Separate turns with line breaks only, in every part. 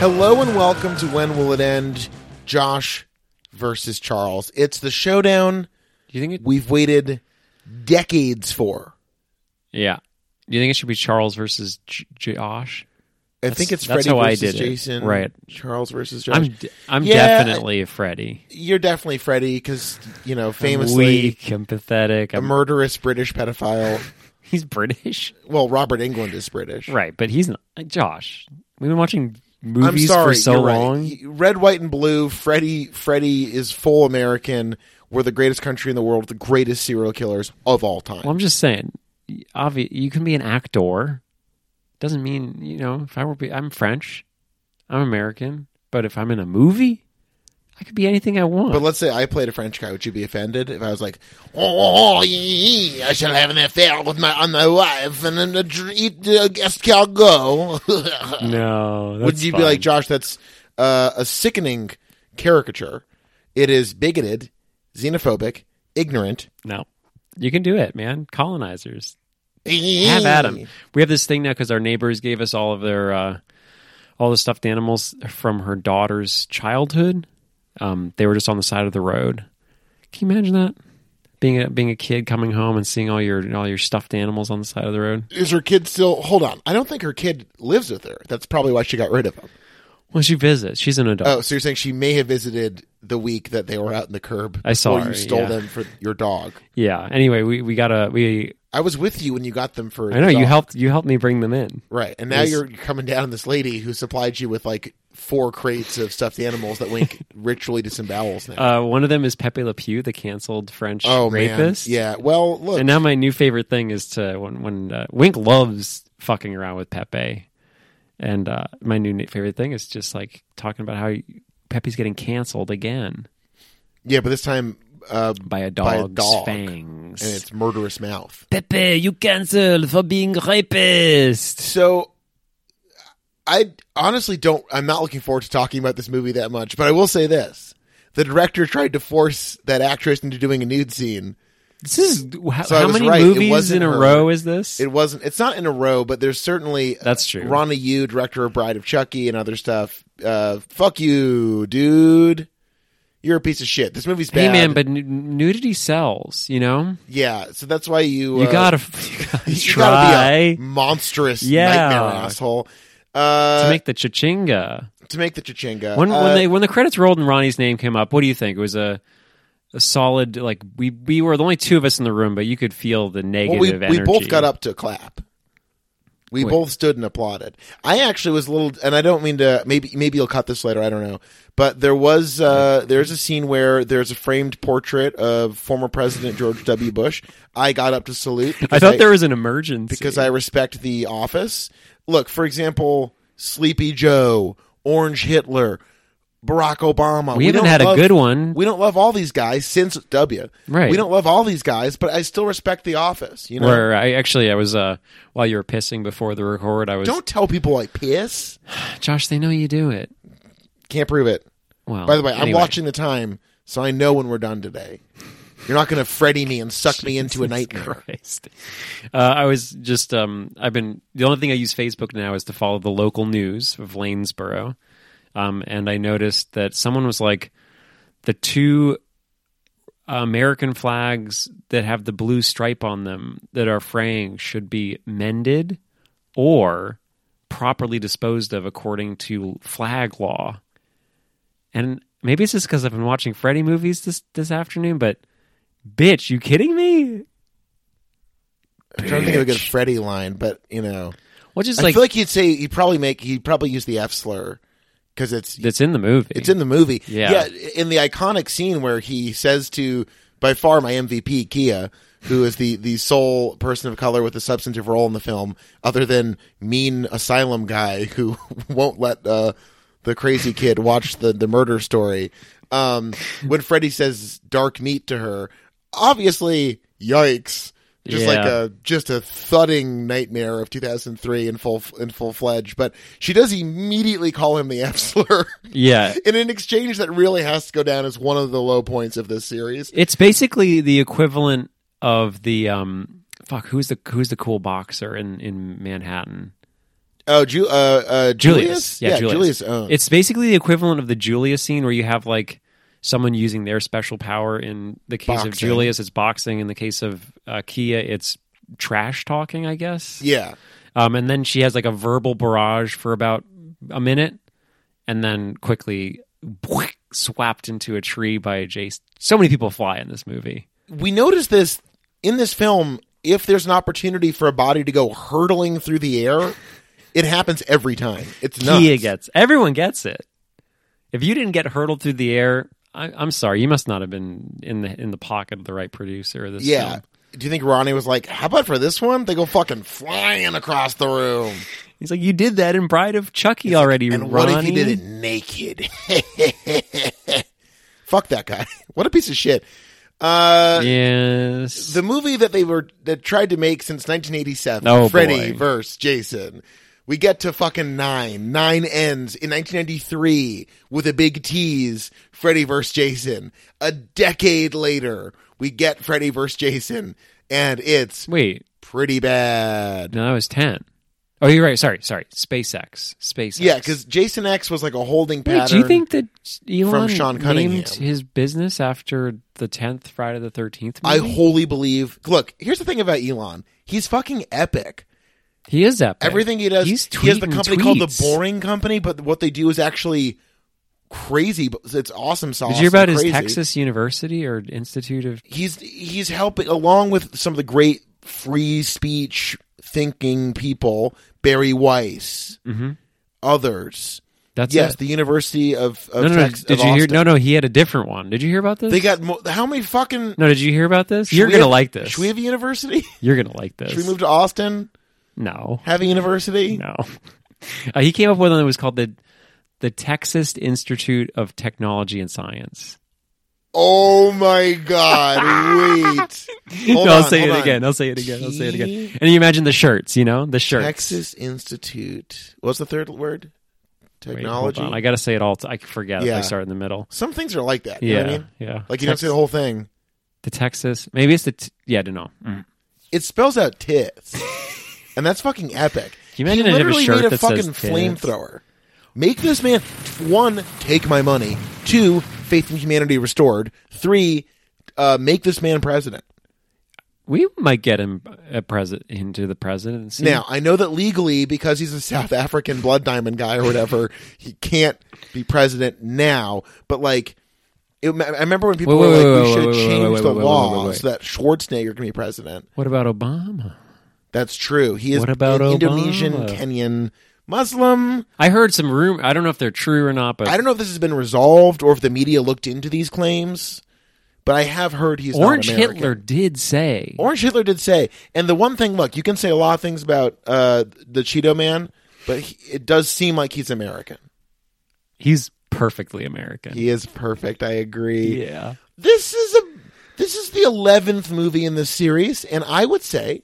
Hello and welcome to When Will It End? Josh versus Charles. It's the showdown
Do you think it?
we've waited decades for.
yeah. Do you think it should be Charles versus J- Josh?
I
That's-
think it's
that's
Freddie
how I
versus
did it.
Jason.
Right.
Charles versus Josh.
I'm d- I'm
Yeah,
definitely a Freddy.
You're definitely Freddie because, you know, famously
weak, I'm pathetic.
a
I'm,
murderous British pedophile.
he's British,
well, Robert England is British.
right? But he's not Josh. We've been watching
I'm
movies
sorry.
for so
you're right.
long.
He- Red, white, and blue. Freddie, Freddie is full American. We're the greatest country in the world, the greatest serial killers of all time.
Well, I'm just saying, obvi- you can be an actor. Doesn't mean you know. If I were, be, I'm French, I'm American, but if I'm in a movie, I could be anything I want.
But let's say I played a French guy, would you be offended if I was like, "Oh, yeah, I shall have an affair with my on my wife and then uh, dr- eat uh, escargot"?
no, that's
would you be
fine.
like, "Josh, that's uh, a sickening caricature. It is bigoted, xenophobic, ignorant."
No, you can do it, man. Colonizers. have at 'em. We have this thing now because our neighbors gave us all of their uh, all the stuffed animals from her daughter's childhood. Um, they were just on the side of the road. Can you imagine that? Being a being a kid coming home and seeing all your all your stuffed animals on the side of the road.
Is her kid still? Hold on, I don't think her kid lives with her. That's probably why she got rid of him.
Well, she visits. She's an adult.
Oh, so you're saying she may have visited the week that they were out in the curb?
I saw
before
her,
you stole
yeah.
them for your dog.
Yeah. Anyway, we, we got a we.
I was with you when you got them for.
I know
the
you
dog.
helped you helped me bring them in.
Right. And now
Is-
you're coming down on this lady who supplied you with like four crates of stuffed animals that Wink ritually disembowels now.
Uh, one of them is Pepe Le Pew, the canceled French
oh,
rapist.
man. Yeah. Well, look.
And now my new favorite thing is to when when uh, Wink loves fucking around with Pepe, and uh, my new na- favorite thing is just like talking about how he- Pepe's getting canceled again
yeah, but this time uh,
by a
By a
dog's
dog.
fangs.
and it's murderous mouth.
Pepe, you canceled for being rapist.
So I honestly don't. I'm not looking forward to talking about this movie that much, but I will say this. The director tried to force that actress into doing a nude scene.
This is how,
So I
how
was
many
right, it
movies
wasn't
in a
her.
row is this?
It wasn't. It's not in a row, but there's certainly
That's true.
Ronna Yu, director of Bride of Chucky and other stuff. Uh, fuck you, dude. You're a piece of shit. This movie's bad.
hey man, but n- nudity sells. You know,
yeah, so that's why you
you
uh,
gotta you gotta
you
try
gotta be a monstrous
Yeah.
nightmare asshole uh,
to make the chachinga.
the chachinga.
When,
Uh,
when they when the credits rolled and Ronnie's name came up, what do you think? It was a a solid like we we were the only two of us in the room, but you could feel the
well,
negative
we
energy.
we both got up to clap. We
Wait.
both stood and applauded. I actually was a little, and I don't mean to. Maybe maybe you'll cut this later. I don't know. But there was uh, there's a scene where there's a framed portrait of former President George W. Bush. I got up to salute.
I
because
thought there was an emergency
because I respect the office. Look, for example, Sleepy Joe, Orange Hitler, Barack Obama.
we, haven't
don't
had a
love-
good one.
We don't love all these guys since W.
Right.
We don't love all these guys, but I still respect the office. You know.
where I actually I was uh while you were pissing before the record, I was
don't tell people I piss.
Josh. They know you do it.
Can't prove it.
Well,
By the way, I'm
Oh, anyway.
watching the time, so I know when we're done today. You're not going to Freddy me and suck me into a nightmare.
Christ. Uh, I was just um, I've been the only thing I use Facebook now is to follow the local news of Lanesboro, um, and I noticed that someone was like the two American flags that have the blue stripe on them that are fraying should be mended or properly disposed of according to flag law. And maybe it's just because I've been watching Freddy movies this this afternoon, but bitch, you kidding me?
I'm trying to think of a good Freddy line, but you know,
Well, just
I
like
feel like you'd say he'd probably make he'd probably use the F slur because it's
that's in the movie.
It's in the movie.
Yeah.
In the iconic scene where he says to by far my MVP, Kia, who is the, the sole person of color with a substantive role in the film, other than mean asylum guy who won't let uh, the crazy kid watch the, the murder story. Um, when Freddy says dark meat to her, obviously, yikes. Just like
Yeah.
a just a thudding nightmare of 2003 in full in full fledged, but she does immediately call him the F slur
yeah.
in an exchange that really has to go down as one of the low points of this series.
It's basically the equivalent of the um fuck who's the who's the cool boxer in in Manhattan?
Oh, Ju- uh, uh, Julius. Oh. uh,
Julius. Yeah, Julius.
owned.
It's basically the equivalent of the Julius scene where you have like someone using their special power. In the case of
Boxing.
Julius, it's boxing. In the case of uh, Kia, it's trash talking, I guess.
yeah,
Um, and then she has like a verbal barrage for about a minute and then quickly swapped into a tree by Jace. So many people fly in this movie.
we notice this in this film. If there's an opportunity for a body to go hurtling through the air, it happens every time. It's nuts.
Kia gets everyone gets it. If you didn't get hurtled through the air, I, I'm sorry, you must not have been in the in the pocket of the right producer of this.
Yeah.
film.
Do you think Ronnie was like, "How about for this one? They go fucking flying across the room."
he's like, you did that in Bride of Chucky already,
And
Ronnie.
what if he did it naked? Fuck that guy. What a piece of shit. Uh,
Yes,
The movie that they were that tried to make since 1987,
Oh,
Freddy
boy.
versus Jason. We get to fucking nine. Nine ends in 1993 with a big tease. Freddy versus Jason. A decade later, we get Freddy versus Jason, and it's
wait,
pretty bad.
no, that was ten. Oh, you're right. Sorry, sorry. SpaceX, SpaceX.
Yeah, because Jason X was like a holding pattern.
Wait, do you think that
from
Elon
Sean Cunningham.
named his business after the tenth Friday the Thirteenth?
I wholly believe. Look, here's the thing about Elon. He's fucking epic.
he is that. big.
Everything he does,
He's
he has the
tweeting
company called the
tweets.
Boring Company, but what they do is actually crazy. but It's awesome sauce.
Did you hear about
and
his
crazy.
Texas University or Institute of?
He's he's helping along with some of the great free speech thinking people, Barry Weiss,
Mhm.
others.
That's
yes,
it.
the University of, of
No, no, no.
Tex- of
Did you hear?
Austin.
No, no. He had a different one. Did you hear about this?
They got mo- how many fucking?
no, did you hear about this?
Should
You're
we
gonna
have-
like this.
Should we have a university?
You're gonna like this.
Should we move to Austin?
no,
Have a university?
no. Uh, he came up with one that was called the the Texas Institute of Technology and Science.
Oh my god! Wait. Hold
no, I'll
on,
say it
hold on.
again. I'll say it again. I'll say it
T-
again. And you imagine the shirts, you know, the shirts.
Texas Institute. What's the third word?
Wait, hold
Technology.
on. I got to say it all. T- I forget if
Yeah.
I start in the middle.
Some things are like that. You
Yeah,
know what I mean?
yeah.
Like you
Tex-
don't say the whole thing.
the Texas. Maybe it's the. T- yeah, I don't know. Mm.
It spells out tits, and that's fucking epic.
Can you imagine
he
it if a
literally
shirt
made a
that says
fucking
tits?
flamethrower. Make this man one take my money. Two, faith in humanity restored. Three, uh, make this man president.
We might get him a president into the presidency.
Now, I know that legally, because he's a South African blood diamond guy or whatever, he can't be president now. But like, it, I remember when people
Wait,
were
wait,
like,
wait,
"We
wait,
should have
wait, wait,
changed
wait,
the
wait, wait,
law
wait, wait,
so that Schwarzenegger can be president."
what about Obama?
That's true. He is
What about
an Indonesian,
Obama?
Kenyan, Muslim.
I heard some room. I don't know if they're true or not, but
I don't know if this has been resolved or if the media looked into these claims, but I have heard he's not
Orange
American.
Hitler did say.
Orange Hitler did say, and the one thing, look, you can say a lot of things about uh, the Cheeto Man, but he, it does seem like he's American.
He's perfectly American.
He is perfect. I agree.
yeah.
This is a this is the eleventh movie in this series, and I would say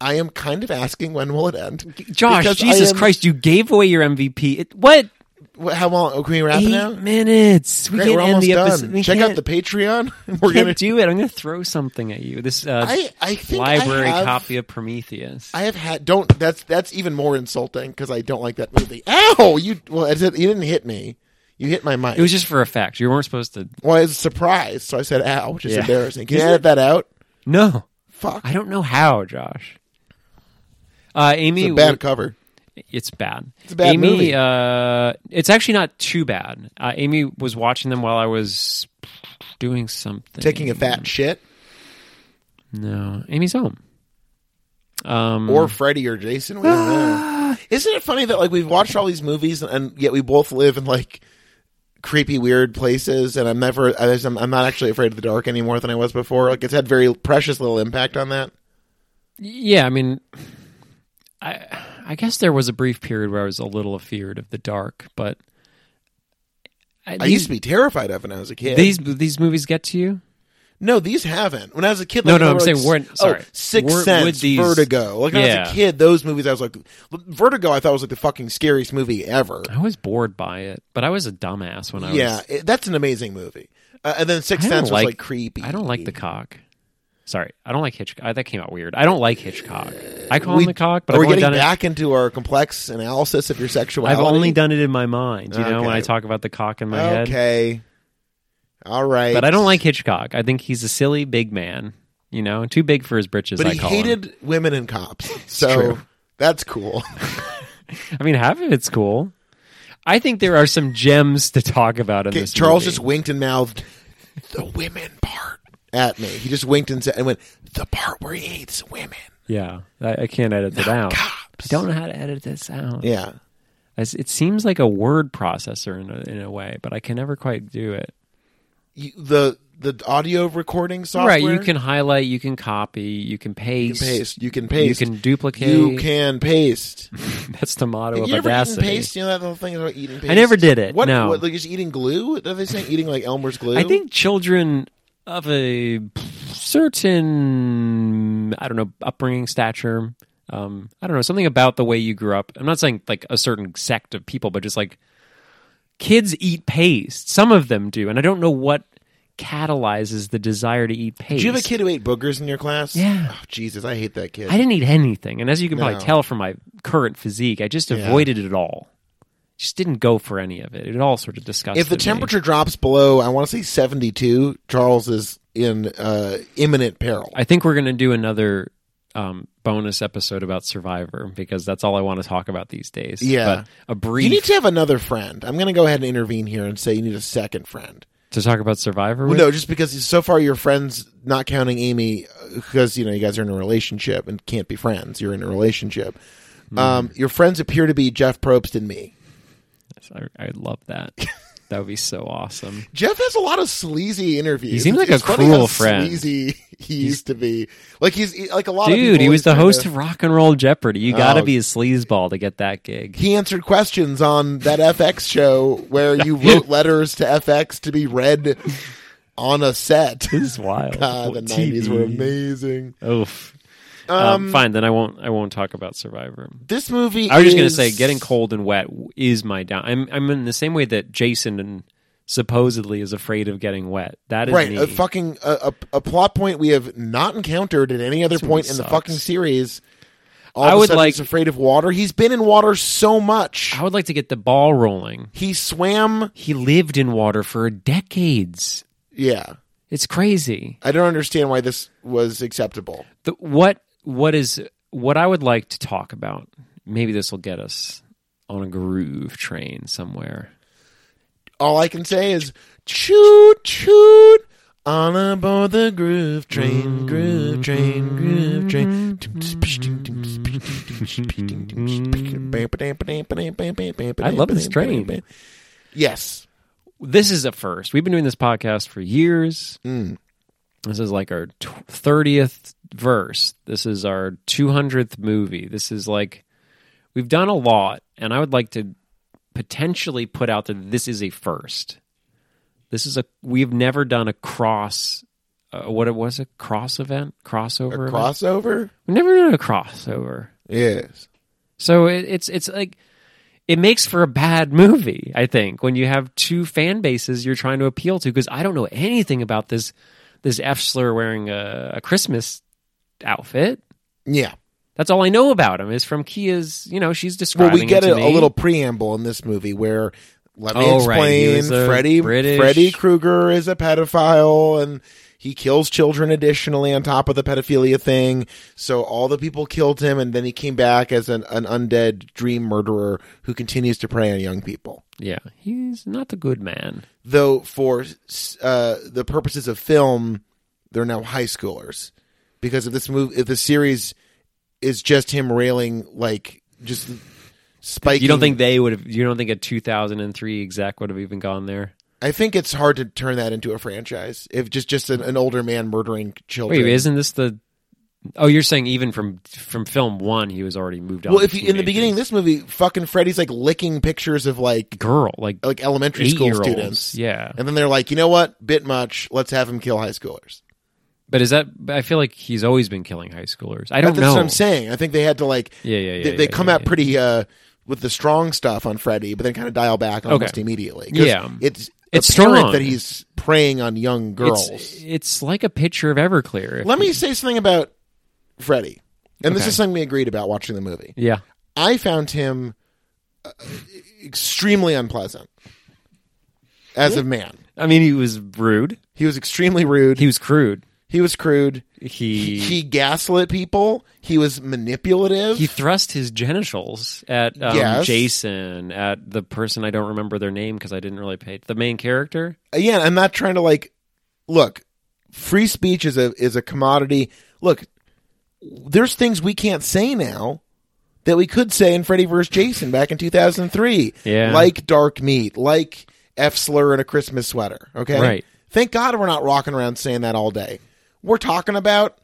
I am kind of asking when will it end?
Josh,
Because I
Jesus
am-
Christ, you gave away your MVP. It, what?
Wh- How long? oh, Can we wrap
Eight
it now?
minutes. We
Great,
can't
we're
end
almost
the
done.
episode. We
Check
can't,
out the Patreon. We're
can't
gonna.
do it. I'm going to throw something at you. This uh,
I I think
library
I have,
copy of Prometheus.
I have had don't. That's that's even more insulting because I don't like that movie. Ow! You well, it, you didn't hit me. You hit my mic.
it was just for effect. You weren't supposed to.
well, it was a surprise, so I said ow, which is
Yeah.
embarrassing. Can you
Is
edit that out?
No,
Fuck.
I don't know how, Josh. Uh, Amy,
It's a bad cover.
It's bad. It's
a bad
Amy,
movie.
Uh, it's actually not too bad. Uh, Amy was watching them while I was doing something.
Taking a fat shit.
No, Amy's home. Um,
or Freddy or Jason. We don't know. Hmm. Isn't it funny that like we've watched all these movies and yet we both live in like creepy, weird places? And I'm never, I just- I'm, I'm not actually afraid of the dark anymore than I was before. Like it's had very precious little impact on that.
yeah, I mean, I I guess there was a brief period where I was a little afeared of the dark, but I,
I used to be terrified of it when I was a kid.
these these movies get to you.
no, these haven't. When I was a kid,
No,
like,
no,
they
I'm
were,
saying
like,
weren't-
oh,
sorry.
Sixth
Weren't-
Sense,
would these-
Vertigo. Like when I was
Yeah.
a kid, those movies I was like, Vertigo. I thought was like the fucking scariest movie ever.
I was bored by it, but I was a dumbass when I
yeah,
was.
it- that's an amazing movie. Uh, and then Sixth
I don't
Sense was
like-
like creepy.
I don't like the cock. Sorry, I don't like Hitchcock. I- That came out weird. I don't like Hitchcock. I call him the cock, but
are
I've
we
only
getting
done it.
back into our complex analysis of your sexuality?
I've only done it in my mind. You know, when
Okay.
I talk about the cock in my head.
Okay. All right.
But I don't like Hitchcock. I think he's a silly big man. You know, too big for his britches.
But
I
he
call
hated women and cops. So
true.
that's cool.
him. I mean, half of it's cool. I think there are some gems to talk about in
Okay,
this.
Charles
movie.
just winked and mouthed the women part at me. He just winked and said and went the part where he hates women.
yeah. I, I can't edit that out. I
Cops.
don't know how to edit this out.
Oh, Yeah.
As- It seems like a word processor in a, in a way, but I can never quite do it.
You, the the audio recording software.
Right, you can highlight, you can copy, you can
You
paste,
can paste. You can paste.
you can duplicate.
You can paste.
That's the motto
Have
of
you ever eaten
audacity.
paste? You know that little thing about eating paste?
I never did it.
What,
no,
what, like just eating glue? Are they saying eating like Elmer's glue?
I think children of a certain, I don't know, upbringing, stature, um, I don't know, something about the way you grew up. I'm not saying like a certain sect of people, but just like kids eat paste. Some of them do, and I don't know what catalyzes the desire to eat paste.
Did you have a kid who ate boogers in your class?
Yeah.
Oh, Jesus, I hate that kid.
I didn't eat anything, and as you can
No.
probably tell from my current physique, I just avoided it all. Just didn't go for any of it. It all sort of disgusted.
if the
me.
temperature drops below, I want to say 72, Charles is in uh, imminent peril.
I think we're going to do another um, bonus episode about Survivor because that's all I want to talk about these days.
Yeah.
But
You
a brief
need to have another friend. I'm going to go ahead and intervene here and say you need a second friend.
to talk about Survivor.
Well,
with?
no, just because so far your friends, not counting Amy, because you know you guys are in a relationship and can't be friends. You're in a relationship.
Hmm.
Um, your friends appear to be Jeff Probst and me.
I, I would love that. that would be so awesome.
Jeff has a lot of sleazy interviews.
He seems like
It's- it's
a
funny
cruel
how
friend.
Sleazy he used to be. Like he's he- like a lot of
Dude,
people
he was
he's
the
trying to-
host of Rock and Roll Jeopardy. You got to
Oh.
be a sleazeball to get that gig.
he answered questions on that FX show where you wrote letters to FX to be read on a set.
This is wild.
God, the nineties were amazing.
Oof. Um, fine, then I won't. I won't talk about Survivor.
This movie.
I was just going to
is-
say, getting cold and wet w- is my down. I'm I'm in the same way that Jason and supposedly is afraid of getting wet. That is
Right, uh,
me.
a fucking a, a, a plot point we have not encountered at any other point in the
sucks.
fucking series. All
I
of a
would
sudden
like-
he's afraid of water. He's been in water so much.
I would like to get the ball rolling.
He swam.
He lived in water for decades.
Yeah,
It's crazy.
I don't understand why this was acceptable.
The, what what is what I would like to talk about? Maybe this will get us on a groove train somewhere.
all I can say is choot choot on aboard the groove train, groove train, groove train.
I love this train.
Yes.
this is a first. We've been doing this podcast for years. This is like our thirtieth verse. This is our two hundredth movie. This is like we've done a lot, and I would like to potentially put out that this is a first. This is a we've never done a cross. Uh, what it was a cross event, crossover. event?
Crossover?
We've never done a crossover.
Yes.
So it, it's it's like it makes for a bad movie, I think, when you have two fan bases you're trying to appeal to. Because I don't know anything about this this Efsler wearing a, a Christmas outfit.
Yeah.
That's all I know about him is from Kia's. You know, she's
Well,
describing.
we get
it to
a, a
me.
little preamble in this movie where let me
Oh, right. He
explain.
was a
Freddy
British-
Freddy Krueger is a pedophile and he kills children additionally on top of the pedophilia thing. So all the people killed him and then he came back as an, an undead dream murderer who continues to prey on young people.
Yeah, he's not a good man.
Though for uh, the purposes of film, they're now high schoolers because if this movie, if the series is just him railing like just spiking
You don't think they would have? You don't think a 2003 exec would have even gone there?
I think it's hard to turn that into a franchise if just just an, an older man murdering children.
Wait, isn't this the? Oh, you're saying even from from film one, he was already moved on.
well,
to
if you, in the
teenagers.
beginning of this movie, fucking Freddy's like licking pictures of like
girl, like
like elementary school
eight-year-olds.
students,
Yeah,
and then they're like, you know what, bit much. Let's have him kill high schoolers.
but is that? but I feel like he's always been killing high schoolers. I
That's
don't know.
what I'm saying. I think they had to like,
Yeah, yeah, yeah.
they, they
yeah,
come
yeah,
out
yeah.
pretty uh with the strong stuff on Freddy, but then kind of dial back almost immediately. 'Cause
Yeah.
it's
It's
apparent
strong.
that he's preying on young girls.
It's, it's like a picture of Everclear. if
Let me
you-
say something about Freddy, and this
Okay.
is something we agreed about watching the movie.
Yeah.
I found him uh, extremely unpleasant as a man.
I mean, he was rude.
He was extremely rude.
He was crude.
He was crude.
He
He, he gaslit people. He was manipulative.
he thrust his genitals at um,
Yes.
Jason, at the person I don't remember their name because I didn't really pay the main character.
Again, Uh, I'm not trying to like look. Free speech is a is a commodity. Look, there's things we can't say now that we could say in Freddy vs. Jason back in 2003.
Yeah.
like dark meat, like F slur in a Christmas sweater. Okay,
Right.
Thank God we're not walking around saying that all day. We're talking about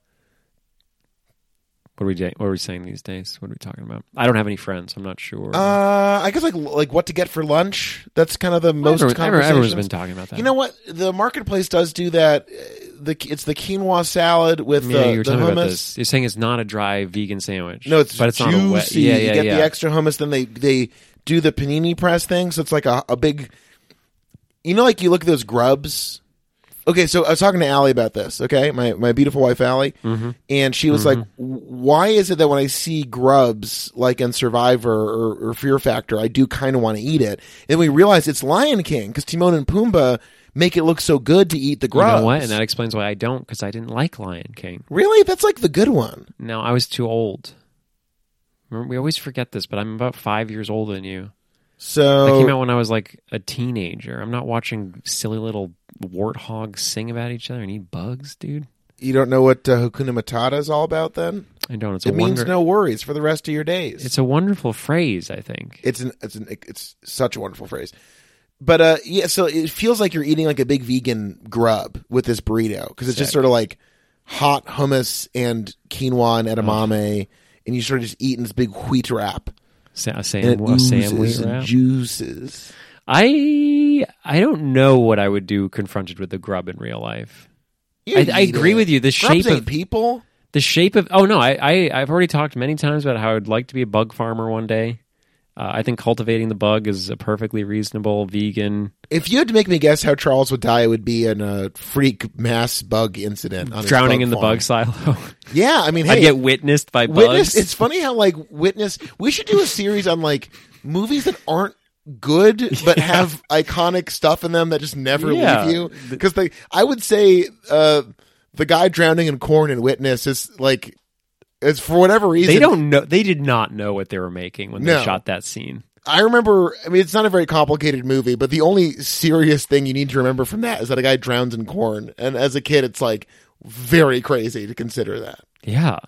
What are we da- what are we saying these days? What are we talking about? I don't have any friends. I'm not sure.
Uh, I guess like like what to get for lunch. That's kind of the most
Everyone- everyone-
conversations.
everyone's been talking about that.
You know what? The marketplace does do that. Uh, The it's the quinoa salad with
yeah,
the,
you were
the
talking about
hummus.
this. You're saying it's not a dry vegan sandwich.
No, it's
but it's
juicy.
not a wet. Yeah, yeah,
you get
yeah.
the extra hummus, then they they do the panini press thing. So it's like a, a big. You know, like you look at those grubs. Okay, so I was talking to Allie about this. Okay, my my beautiful wife Allie,
Mm-hmm.
and she was like, "Why is it that when I see grubs like in Survivor or, or Fear Factor, I do kind of want to eat it?" And we realize it's Lion King because Timon and Pumbaa make it look so good to eat the
you
grubs.
know what? And that explains why I don't because I didn't like Lion King.
really, that's like the good one.
No, I was too old. Remember, we always forget this, but I'm about five years older than you. That
So
came out when I was like a teenager. I'm not watching silly little warthogs sing about each other and eat bugs, dude.
you don't know what uh, Hakuna Matata is all about, then?
I don't. It's a
It means
wonder-
no worries for the rest of your days. It's
It's a wonderful phrase, I think.
it's an, it's an, it's such a wonderful phrase. But uh, yeah, so it feels like you're eating like a big vegan grub with this burrito because it's just
Sick.
sort of like hot hummus and quinoa and edamame, and you sort of just eating this big wheat wrap
Sa- a
and it
Sam, a Sam
oozes
Wheat
and
wrap.
juices.
I I don't know what I would do confronted with a grub in real life.
You
I- I
eat
agree
it.
with you. The
Grubs
shape
ain't
of-
people.
The shape of oh no, I, I I've already talked many times about how I would like to be a bug farmer one day. Uh, I think cultivating the bug is a perfectly reasonable vegan
If you had to make me guess how Charles would die, it would be in a freak mass bug incident, on his
drowning
bug
in the
farm.
bug silo.
Yeah, I mean, hey,
I'd get witnessed by
Witness.
bugs.
It's funny how like Witness. We should do a series on like movies that aren't good but have iconic stuff in them that just never
Yeah.
leave you. Because they, I would say, uh, the guy drowning in corn in Witness is like, it's for whatever reason.
they don't know. They did not know what they were making when
No.
they shot that scene.
I remember. I mean, it's not a very complicated movie, but the only serious thing you need to remember from that is that a guy drowns in corn. And as a kid, it's like very crazy to consider that
Yeah,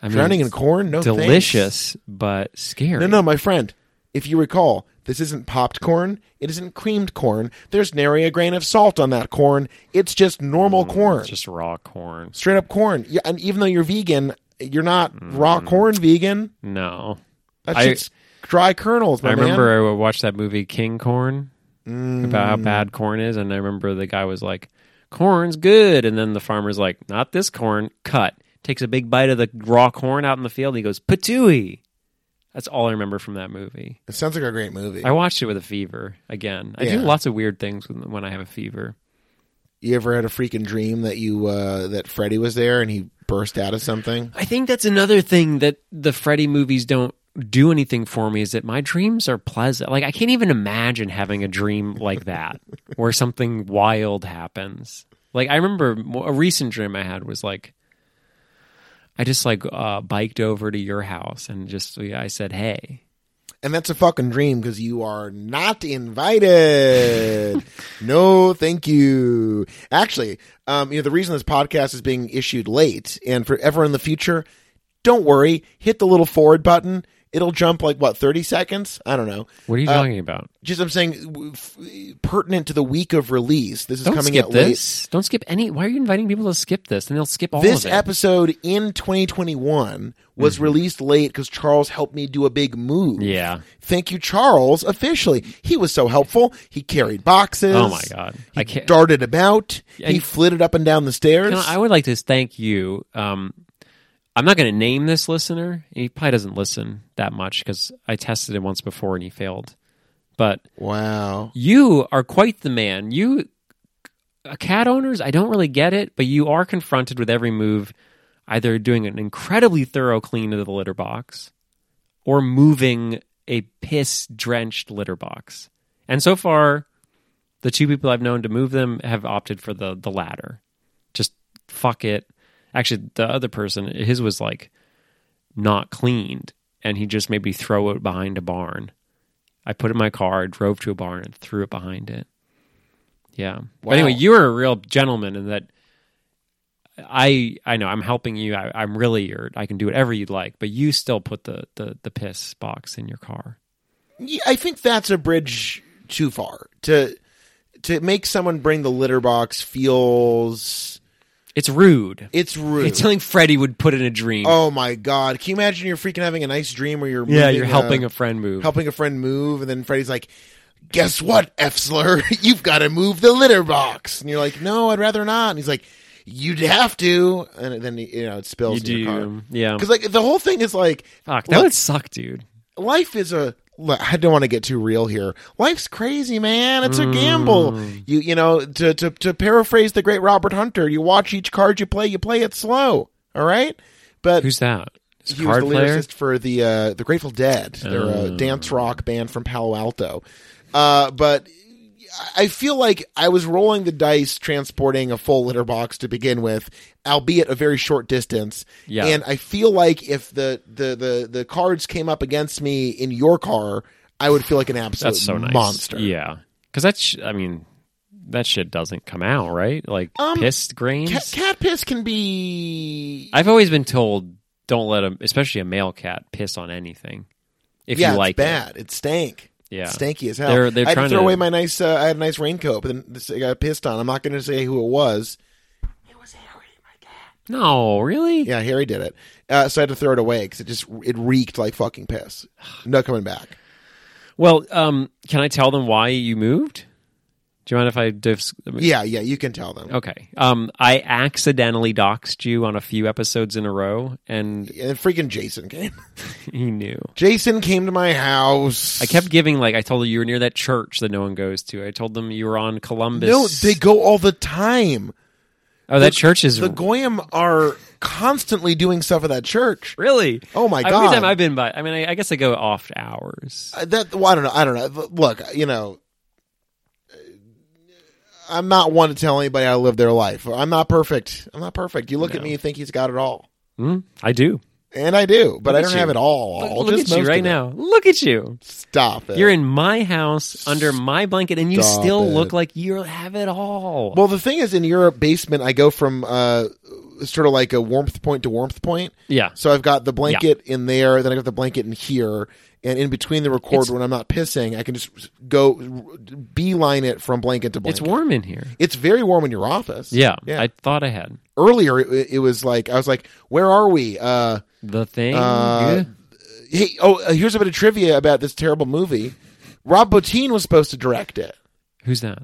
I mean,
drowning in
it's
corn. No, thanks.
Mm. delicious but scary.
No, no, my friend. If you recall, this isn't popped corn. It isn't creamed corn. There's nary a grain of salt on that corn. It's just normal corn,
it's Mm, just raw corn.
straight up corn. You- And even though you're vegan, you're not raw corn vegan.
No,
That's
Mm. I-
just dry kernels. My
I
man.
remember I watched that movie King Corn about how bad corn is, and I remember the guy was like, "Corn's good," and then the farmer's like, "Not this corn." Cut. Takes a big bite of the raw corn out in the field. And he goes, "Patooey." That's all I remember from that movie.
It sounds like a great movie.
I watched it with a fever again. I do
Yeah.
lots of weird things when, when I have a fever.
you ever had a freaking dream that you uh, that Freddy was there and he burst out of something?
I think that's another thing that the Freddy movies don't do anything for me is that my dreams are pleasant. Like I can't even imagine having a dream like that where something wild happens. Like I remember mo- a recent dream I had was like I just like uh, biked over to your house and just I said, "Hey."
And that's a fucking dream because you are not invited. no, thank you. Actually, um, you know the reason this podcast is being issued late and forever in the future. Don't worry, hit the little forward button. It'll jump like what thirty seconds? I don't know.
What are you
Uh,
talking about?
Just I'm saying, w- f- pertinent to the week of release. This is
Don't
coming
skip
out late.
this. Don't skip any. Why are you inviting people to skip this? Then they'll skip all
this
of it. Mm-hmm.
episode in 2021 was released late because Charles helped me do a big move.
Yeah.
Thank you, Charles, officially. He was so helpful. He carried boxes.
Oh my god!
He
I can't.
darted about.
I-
he flitted up and down the stairs.
Can I, I would like to thank you. Um, I'm not going to name this listener. He probably doesn't listen that much because I tested him once before and he failed. But
Wow.
you are quite the man. You uh, cat owners, I don't really get it, but you are confronted with every move either doing an incredibly thorough clean of the litter box or moving a piss drenched litter box. And so far, the two people I've known to move them have opted for the the latter. Just fuck it. Actually, the other person, his was like not cleaned, and he just made me throw it behind a barn. I put it in my car, drove to a barn, and threw it behind it. Yeah. But anyway,
Wow.
you were a real gentleman in that. I I know I'm helping you. I, I'm really your. I can do whatever you'd like, but you still put the the the piss box in your car.
Yeah, I think that's a bridge too far to to make someone bring the litter box feels
It's rude.
it's rude.
It's something Freddie would put in a dream.
oh my god! Can you imagine you're freaking having a nice dream where you're
yeah,
moving
you're helping a, friend
a
move.
helping a friend move, and then Freddy's like, "Guess what, Efsler? You've got to move the litter box." And you're like, "No, I'd rather not." And he's like, "You'd have to," and then you know it spills
You
in your car.
do, yeah.
Because like the whole thing is like
Fuck, that
Look.
would suck, dude.
life is a I don't want to get too real here. Life's crazy, man. It's a gamble.
Mm.
You you know, to, to to paraphrase the great Robert Hunter, you watch each card you play, you play it slow. All right? But
Who's that? Is it
he was
card
the
player? Oh.
lyricist for the uh, the Grateful Dead. They're a dance rock band from Palo Alto. Uh, but I feel like I was rolling the dice transporting a full litter box to begin with, albeit a very short distance.
Yeah.
And I feel like if the the the, the cards came up against me in your car, I would feel like an absolute
That's so nice.
monster.
Yeah, because that's. Sh- I mean, that shit doesn't come out right. Like
Um,
pissed grains.
Cat, cat piss can be
I've always been told don't let a, especially a male cat, piss on anything. If
yeah,
you like
it's bad. It stank.
it, yeah.
stanky as hell.
They're- they're
I had to
trying
throw
to-
away my nice. Uh, I had a nice raincoat, but then this I got pissed on. I'm not going to say who it was.
No, really.
Yeah, Harry did it. Uh, so I had to throw it away because it just it reeked like fucking piss. No coming back.
Well, um, can I tell them why you moved? Do you mind if I dis-
Yeah, yeah, you can tell them.
Okay. Um, I accidentally doxed you on a few episodes in a row, and
And then freaking Jason came.
he knew.
Jason came to my house.
I kept giving like I told you you were near that church that no one goes to. I told them you were on Columbus.
No, they go all the time.
oh, that church is
The Goyim are constantly doing stuff at that church.
really.
Oh my
Every
God.
time I've been by, I mean, I, I guess I go off hours.
Uh, That well, I don't know. I don't know. Look, you know, I'm not one to tell anybody how to live their life. I'm not perfect. I'm not perfect. You look at me, you think he's got it all,
Hmm? I do.
and I do, but I
at
don't
you.
have it all. all
look look
just
at you
most
right
of it.
now. Look at you.
Stop it.
You're in my house under my blanket, and you
Stop
still
it.
look like you have it all.
Well, the thing is, in Europe basement, I go from uh, sort of like a warmth point to warmth point.
yeah.
So I've got the blanket in there, then I got the blanket in here, and in between the record
It's-
when I'm not pissing, I can just go beeline it from blanket to blanket.
It's warm in here.
It's very warm in your office.
Yeah,
yeah.
I thought I had
Earlier, it, it was like I was like, "Where are we?" Uh,
the thing.
Uh, hey, oh, uh, here's a bit of trivia about this terrible movie. Rob Bottin was supposed to direct it.
Who's that?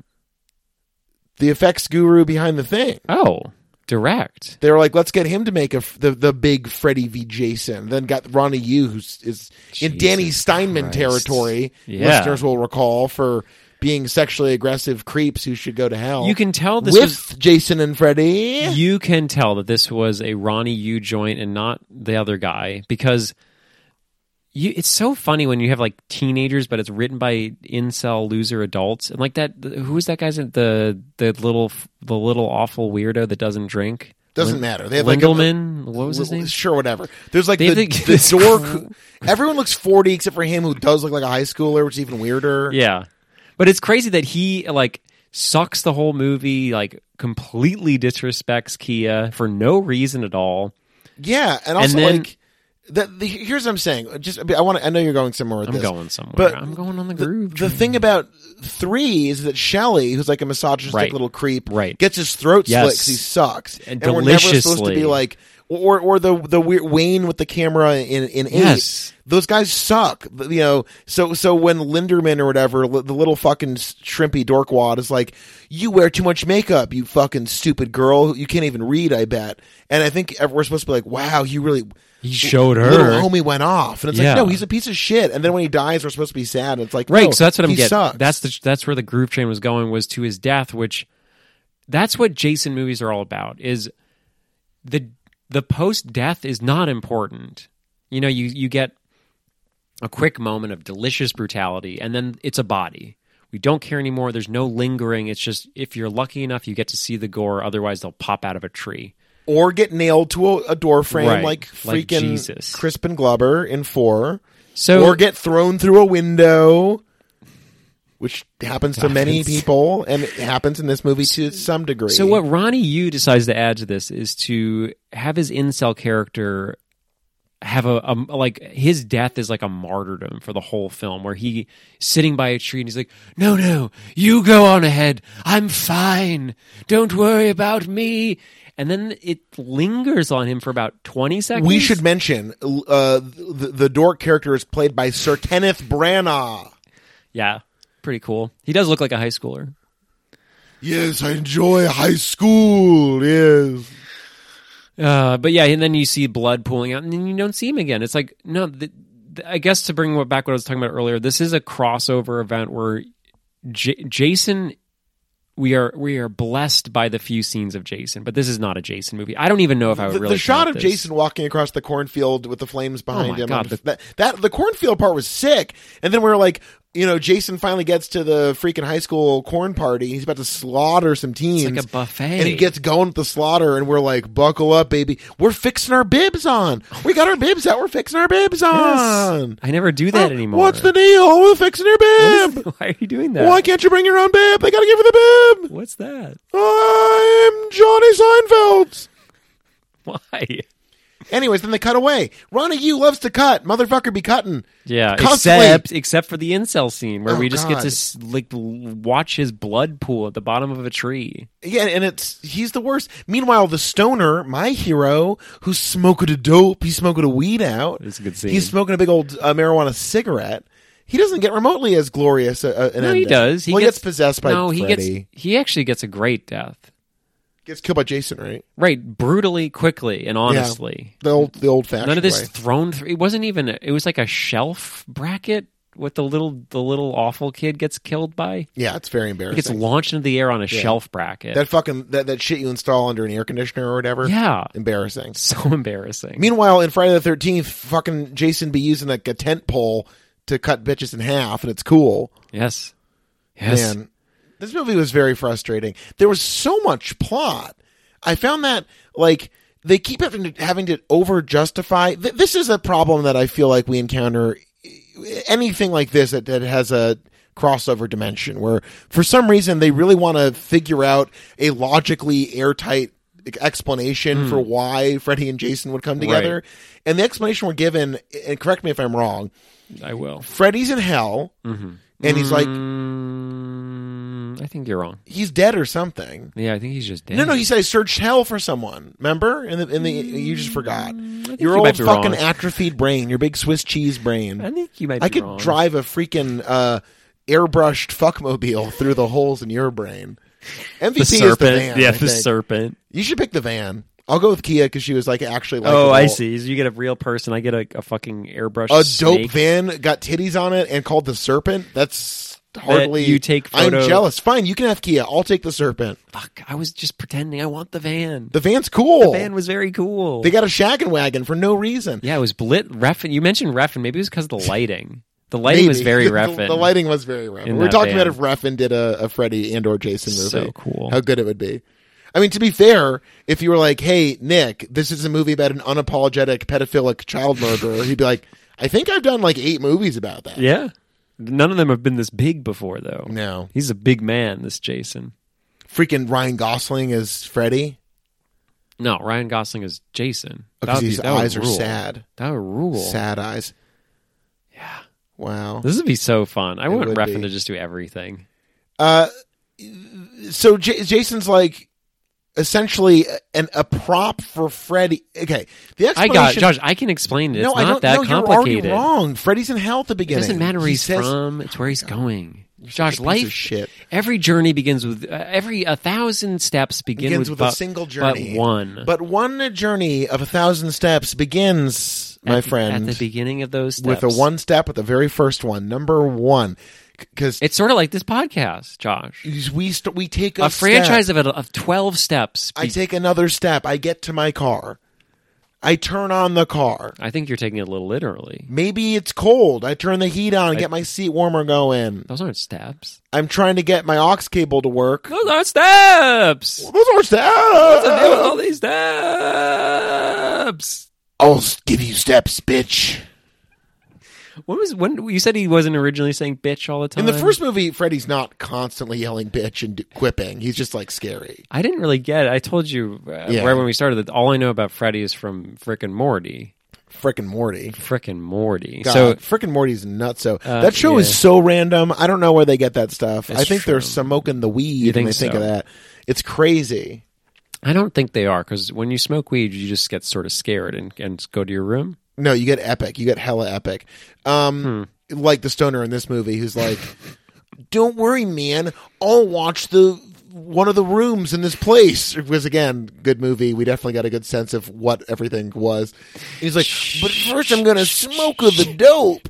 The effects guru behind the thing.
Oh, direct.
they were like, let's get him to make a f- the the big Freddy v Jason. Then got Ronnie Yu, who's is in
Jesus
Danny Steinman
Christ.
territory.
Yeah.
Listeners will recall for being sexually aggressive creeps who should go to hell.
You can tell this
with
was
Jason and Freddy.
you can tell that this was a Ronnie Yu joint and not the other guy because you it's so funny when you have like teenagers but it's written by incel loser adults and like that who is that guy's in the the little the little awful weirdo that doesn't drink
Doesn't
Lin-
matter. They have like a-
Lindelman what was his name
Sure, whatever. There's like
They
the,
think
the
this-
dork. who- Everyone looks forty except for him, who does look like a high schooler, which is even weirder.
yeah but it's crazy that he like sucks the whole movie like completely disrespects Kia for no reason at all
Yeah, and also
then-
like that. The, here's what I'm saying. Just I want. to I know you're going somewhere with
I'm
this.
going somewhere
But
I'm going on the
The,
groove
the thing about three is that Shelley, who's like a misogynistic
Right.
little creep,
Right.
gets his throat slit
Yes.
'cause he sucks,
And
we're never supposed to
deliciously.
be like, or or the the weird Wayne with the camera in in eight.
Yes.
Those guys suck, But, you know. So so when Linderman or whatever, li- the little fucking shrimpy dorkwad is like, "You wear too much makeup, you fucking stupid girl. You can't even read, I bet." And I think ev- we're supposed to be like, "Wow, you really."
He showed her.
Little homie went off, and it's
Yeah.
like, no, he's a piece of shit. And then when he dies, we're supposed to be sad. And it's like,
Right,
no,
so that's what I'm
he
getting.
Sucks.
That's the that's where the groove train was going was to his death, which that's what Jason movies are all about is the the post death is not important. You know, you you get a quick moment of delicious brutality and then it's a body. We don't care anymore. There's no lingering. It's just if you're lucky enough you get to see the gore, otherwise they'll pop out of a tree.
or get nailed to a, a door frame
Right,
like
like
freaking
Jesus.
Crispin Glover in four,
So
or get thrown through a window, which happens to many people, and it happens in this movie to some degree.
So what Ronnie Yu decides to add to this is to have his incel character have a, a like his death is like a martyrdom for the whole film where he sitting by a tree and he's like no no you go on ahead i'm fine don't worry about me and then it lingers on him for about 20 seconds
we should mention, uh, the, the dork character is played by Sir Kenneth Branagh.
yeah pretty cool he does look like a high schooler
Yes, I enjoy high school. Yes.
Uh, but yeah, and then you see blood pooling out, and then you don't see him again. It's like no, th th I guess to bring what- back what I was talking about earlier, this is a crossover event where J- Jason. We are we are blessed by the few scenes of Jason, but this is not a Jason movie. I don't even know if I would
The,
really
the shot
count
of
this. Oh
Jason walking across the cornfield with the flames behind
my
him.
God,
I'm just- that, that the cornfield part was sick. And then we were like, you know, Jason finally gets to the freaking high school corn party. He's about to slaughter some teens.
like a buffet.
And he gets going with the slaughter, and we're like, buckle up, baby. We're fixing our bibs on. We got our bibs out. We're fixing our bibs on.
I never do that
Oh,
anymore.
What's the deal? We're fixing our bib.
Why are you doing that?
Why can't you bring your own bib? They got to give you the bib.
What's that?
I'm Johnny Seinfeld.
Why?
Anyways, then they cut away. Ronnie Yu loves to cut. Motherfucker be cutting.
Yeah,
Constantly.
except except for the incel scene where
Oh,
we just get
God.
to s- like l- watch his blood pool at the bottom of a tree.
Yeah, and it's he's the worst. Meanwhile, the stoner, my hero, who's smoking a dope, he's smoking a weed out.
It's a good scene.
He's smoking a big old uh, marijuana cigarette. He doesn't get remotely as glorious. A, a, an
No,
end
he
death.
does. He
well,
gets,
he gets possessed by
no.
Freddy.
He gets. He actually gets a great death.
Gets killed by Jason, right?
Right, brutally, quickly, and honestly.
The old, the old fashioned
None of this
way.
thrown. Th- it wasn't even. It was like a shelf bracket. What the little the little awful kid gets killed by.
Yeah, it's very
He gets
embarrassing.
launched into the air on a shelf bracket.
that fucking that, that shit you install under an air conditioner or whatever.
yeah,
embarrassing.
so embarrassing.
Meanwhile, in Friday the Thirteenth, fucking Jason be using like a tent pole to cut bitches in half, and it's cool.
yes, yes.
Man, this movie was very frustrating. There was so much plot. I found that like they keep having to, having to over justify. Th- this is a problem that I feel like we encounter eh, anything like this that, that has a crossover dimension where for some reason they really want to figure out a logically airtight explanation for why Freddy and Jason would come together. And the explanation we're given, and correct me if I'm wrong,
I will.
Freddy's in hell and he's like
Mm, I think you're wrong.
he's dead or something.
Yeah, I think he's just dead.
No, no, he said I searched hell for someone. Remember? And the, in the you just forgot. Your
Mm, you
old
might be
fucking
wrong.
atrophied brain, your big Swiss cheese
I
brain.
think you might.
I
be
could
wrong.
drive a freaking uh, airbrushed fuckmobile through the holes in your brain. MVP
the
is the
serpent.
van.
yeah,
I
the
think.
serpent.
You should pick the van. I'll go with Kia because she was like actually like
oh, I see. So you get a real person. I get a, a fucking airbrush.
a dope
snake.
van got titties on it and called the serpent. That's hardly
you take photo-
I'm jealous. Fine, you can have Kia. I'll take the serpent.
Fuck, I was just pretending I want the van.
The van's cool.
The van was very cool.
They got a shaggin' wagon for no reason.
yeah, it was lit. Reffin, you mentioned Reffin. Maybe it was because of the lighting. The lighting was
Maybe.
very
The-
Reffin.
The, lighting was very Reffin.
In
We're
that
talking
van.
about if Reffin did a, a Freddy and or Jason movie.
So cool.
How good it would be. I mean, to be fair, if you were like, "Hey, Nick, this is a movie about an unapologetic pedophilic child murderer," he'd be like, "I think I've done like eight movies about that."
Yeah, none of them have been this big before, though.
No,
He's a big man, this Jason.
freaking Ryan Gosling is Freddy
No, Ryan Gosling is Jason. That
because
would be-
Oh, his
that would
eyes are
rule.
sad,
That would rule.
sad eyes.
Yeah.
Wow.
This would be so fun. I want
would
Reffin
be.
to just do everything.
Uh, so J- Jason's like, essentially an, a prop for Freddy. Okay, the
I
explanation.
got Josh. I can explain it. It's
no,
not
I don't.
that
no, you're
complicated.
already wrong. Freddy's in hell at the
It
beginning.
doesn't matter where
He
he's
says-
from. It's where he's going. Josh,
a piece of
life.
shit.
Every journey begins with uh, every a thousand steps begin
Begins
with,
with a
but-
single journey.
But one,
But one journey of a thousand steps begins, my
At the-
friend,
at the beginning of those
with
steps.
a one step, with the very first one, number one, because
It's sort of like this podcast, Josh.
we st- we take a,
A franchise
Step.
of it, of twelve steps.
I take another step. I get to my car. I turn on the car.
I think you're taking it a little literally.
Maybe it's cold. I turn the heat on, get my seat warmer going.
Those aren't steps.
I'm trying to get my aux cable to work.
Those aren't steps.
Those are steps.
all these steps.
I'll s- give you steps, bitch.
When was when you said he wasn't originally saying bitch all the
In
time?
the first movie, Freddy's not constantly yelling bitch and d- quipping. He's just like scary.
I didn't really get. it. I told you uh,
Yeah.
right when we started that all I know about Freddy is from frickin' Morty.
Frickin' Morty.
Frickin' Morty.
God,
So
frickin' Morty's nuts. So
Uh,
that show
yeah.
is so random. I don't know where they get that stuff. I think they're
true.
smoking the weed when
think
they think
so?
of that. It's crazy.
I don't think they are because when you smoke weed, you just get sort of scared and, and go to your room.
No, you get epic. You get hella epic. Um,
Hmm.
like the stoner in this movie, who's like, "Don't worry, man. I'll watch the one of the rooms in this place." It was again good movie. We definitely got a good sense of what everything was. He's like, "But first, I'm gonna smoke of the dope."